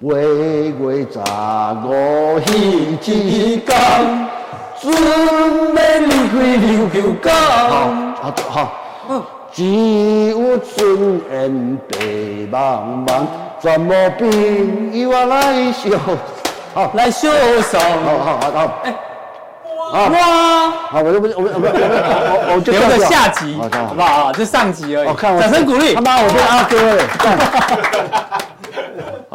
Speaker 3: 月月十五迄一天，准备离开琉球港。好，好，
Speaker 2: 嗯
Speaker 3: 好。只有尊严白茫茫，全无朋友啊来相。好，
Speaker 2: 来秀手，
Speaker 3: 好，好，好，好。
Speaker 2: 哇，
Speaker 3: 好，我就不，我我我我哦我我就
Speaker 2: 留个下集，
Speaker 3: 好
Speaker 2: 好
Speaker 3: 的
Speaker 2: 不。好？这上集而
Speaker 3: 我
Speaker 2: 已。
Speaker 3: 哦看我
Speaker 2: 掌声鼓励
Speaker 3: 他。妈我变阿哥了，干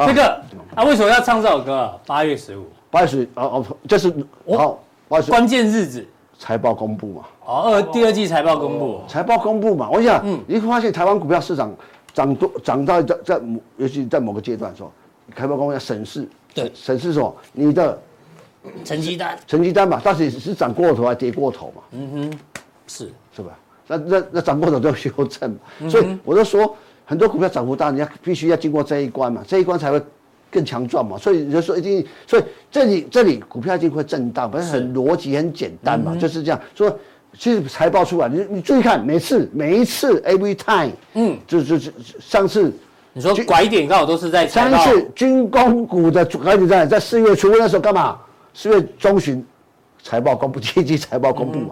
Speaker 2: 这个啊，为什么要唱这首歌？八月十五，
Speaker 3: 八十哦哦，这是好八十
Speaker 2: 关键日子
Speaker 3: 财报公布嘛，
Speaker 2: 哦，二第二季财报公布，
Speaker 3: 财报公布嘛，我想你会发现台湾股票市场涨多涨到在在某尤其在某个阶段的时候，财报公布要审视，
Speaker 2: 对
Speaker 3: 审视什么？你的
Speaker 2: 成绩单
Speaker 3: 成绩单嘛，到底是涨过头还是跌过头嘛？
Speaker 2: 是
Speaker 3: 是吧？那那那涨过头都要修正嘛，
Speaker 2: 嗯
Speaker 3: 所以我就说很多股票涨幅大，你要必须要经过这一关嘛，这一关才会更强壮嘛。所以你就说一定，所以这里这里股票一定会震荡，反正很逻辑很简单
Speaker 2: 嗯
Speaker 3: 嘛，就是这样。所以其实财报出来，你你注意看，每次每一次 every time，
Speaker 2: 嗯
Speaker 3: 嗯，就就就上次
Speaker 2: 你说拐点刚好都是在财
Speaker 3: 三
Speaker 2: 报
Speaker 3: 次军工股的主高点在在四月初那时候干嘛？四月中旬财报公布，第一季财报公布
Speaker 2: 嗯
Speaker 3: 嘛，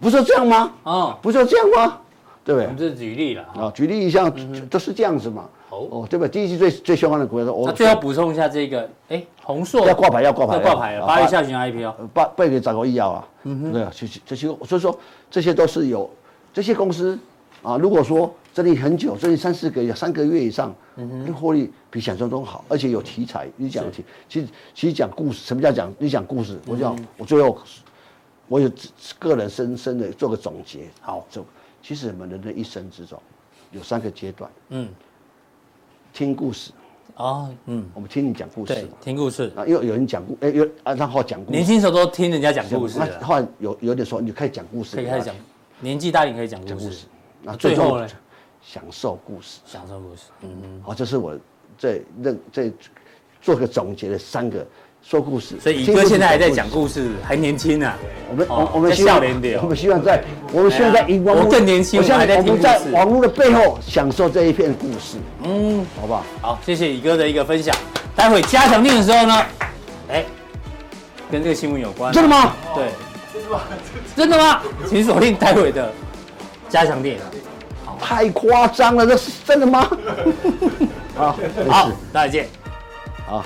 Speaker 3: 不是这样吗？
Speaker 2: 哦，
Speaker 3: 不就这样吗？对不
Speaker 2: 我们
Speaker 3: 对？
Speaker 2: 这是举例了啊。
Speaker 3: 啊，举例一下，就都是这样子嘛。
Speaker 2: 好
Speaker 3: 哦，对吧？第一季最最凶悍的股票，
Speaker 2: 那
Speaker 3: 我
Speaker 2: 最后补充一下这个，哎，红硕
Speaker 3: 要挂牌，要挂牌，
Speaker 2: 要挂牌了，
Speaker 3: 啊
Speaker 2: 八月下旬 IPO。
Speaker 3: 呃八八月涨过一幺啊，
Speaker 2: 嗯
Speaker 3: 对啊，其实这些所以说这些都是有这些公司啊，如果说这里很久，这里三四个月、三个月以上，
Speaker 2: 嗯
Speaker 3: 那获利比想象中好，而且有题材。你讲题，其实其实讲故事，什么叫讲？你讲故事，
Speaker 2: 嗯
Speaker 3: 我讲我最后我有自个人深深的做个总结。
Speaker 2: 好
Speaker 3: 就其实我们人的一生之中有三个阶段，
Speaker 2: 嗯，
Speaker 3: 听故事，
Speaker 2: 哦，嗯，
Speaker 3: 我们听你讲故事
Speaker 2: 对
Speaker 3: 嘛，。
Speaker 2: 听故事，嗯
Speaker 3: 啊，因为有人讲故，哎、有啊，然后讲故
Speaker 2: 年
Speaker 3: 事，
Speaker 2: 轻时候都听人家讲故事
Speaker 3: 那
Speaker 2: 了，
Speaker 3: 后来有有点说，你就开始讲故事，
Speaker 2: 可以开始讲，年纪大一点可以讲故事，
Speaker 3: 那最
Speaker 2: 最后
Speaker 3: 后
Speaker 2: 呢，
Speaker 3: 享受故事。
Speaker 2: 享受故事，嗯，
Speaker 3: 好，这是我这认这做个总结的三个说故事。
Speaker 2: 所以宇
Speaker 3: 听故
Speaker 2: 哥
Speaker 3: 事
Speaker 2: 现在还在讲，故事，还年轻啊，
Speaker 3: 我们
Speaker 2: 哦
Speaker 3: 我我们
Speaker 2: 在
Speaker 3: 希望
Speaker 2: 笑脸点
Speaker 3: 我，们希望在我们希望在荧光
Speaker 2: 我
Speaker 3: 幕
Speaker 2: 更年轻
Speaker 3: 我希
Speaker 2: 我
Speaker 3: 望
Speaker 2: 还在
Speaker 3: 我
Speaker 2: 听
Speaker 3: 们
Speaker 2: 故
Speaker 3: 在
Speaker 2: 事
Speaker 3: 网络的背后享受这一片故事，
Speaker 2: 嗯，
Speaker 3: 好不好？
Speaker 2: 好，谢谢宇哥的一个分享，待会加强定的时候呢，哎，跟这个新闻有关，啊
Speaker 3: 真的？吗？
Speaker 2: 对，真的吗？真的吗？请锁定待会的加强定。
Speaker 3: 太
Speaker 2: [laughs]
Speaker 3: 夸张了，这是真的吗？好，没
Speaker 2: 好
Speaker 3: 事，，
Speaker 2: 再见。
Speaker 3: 好。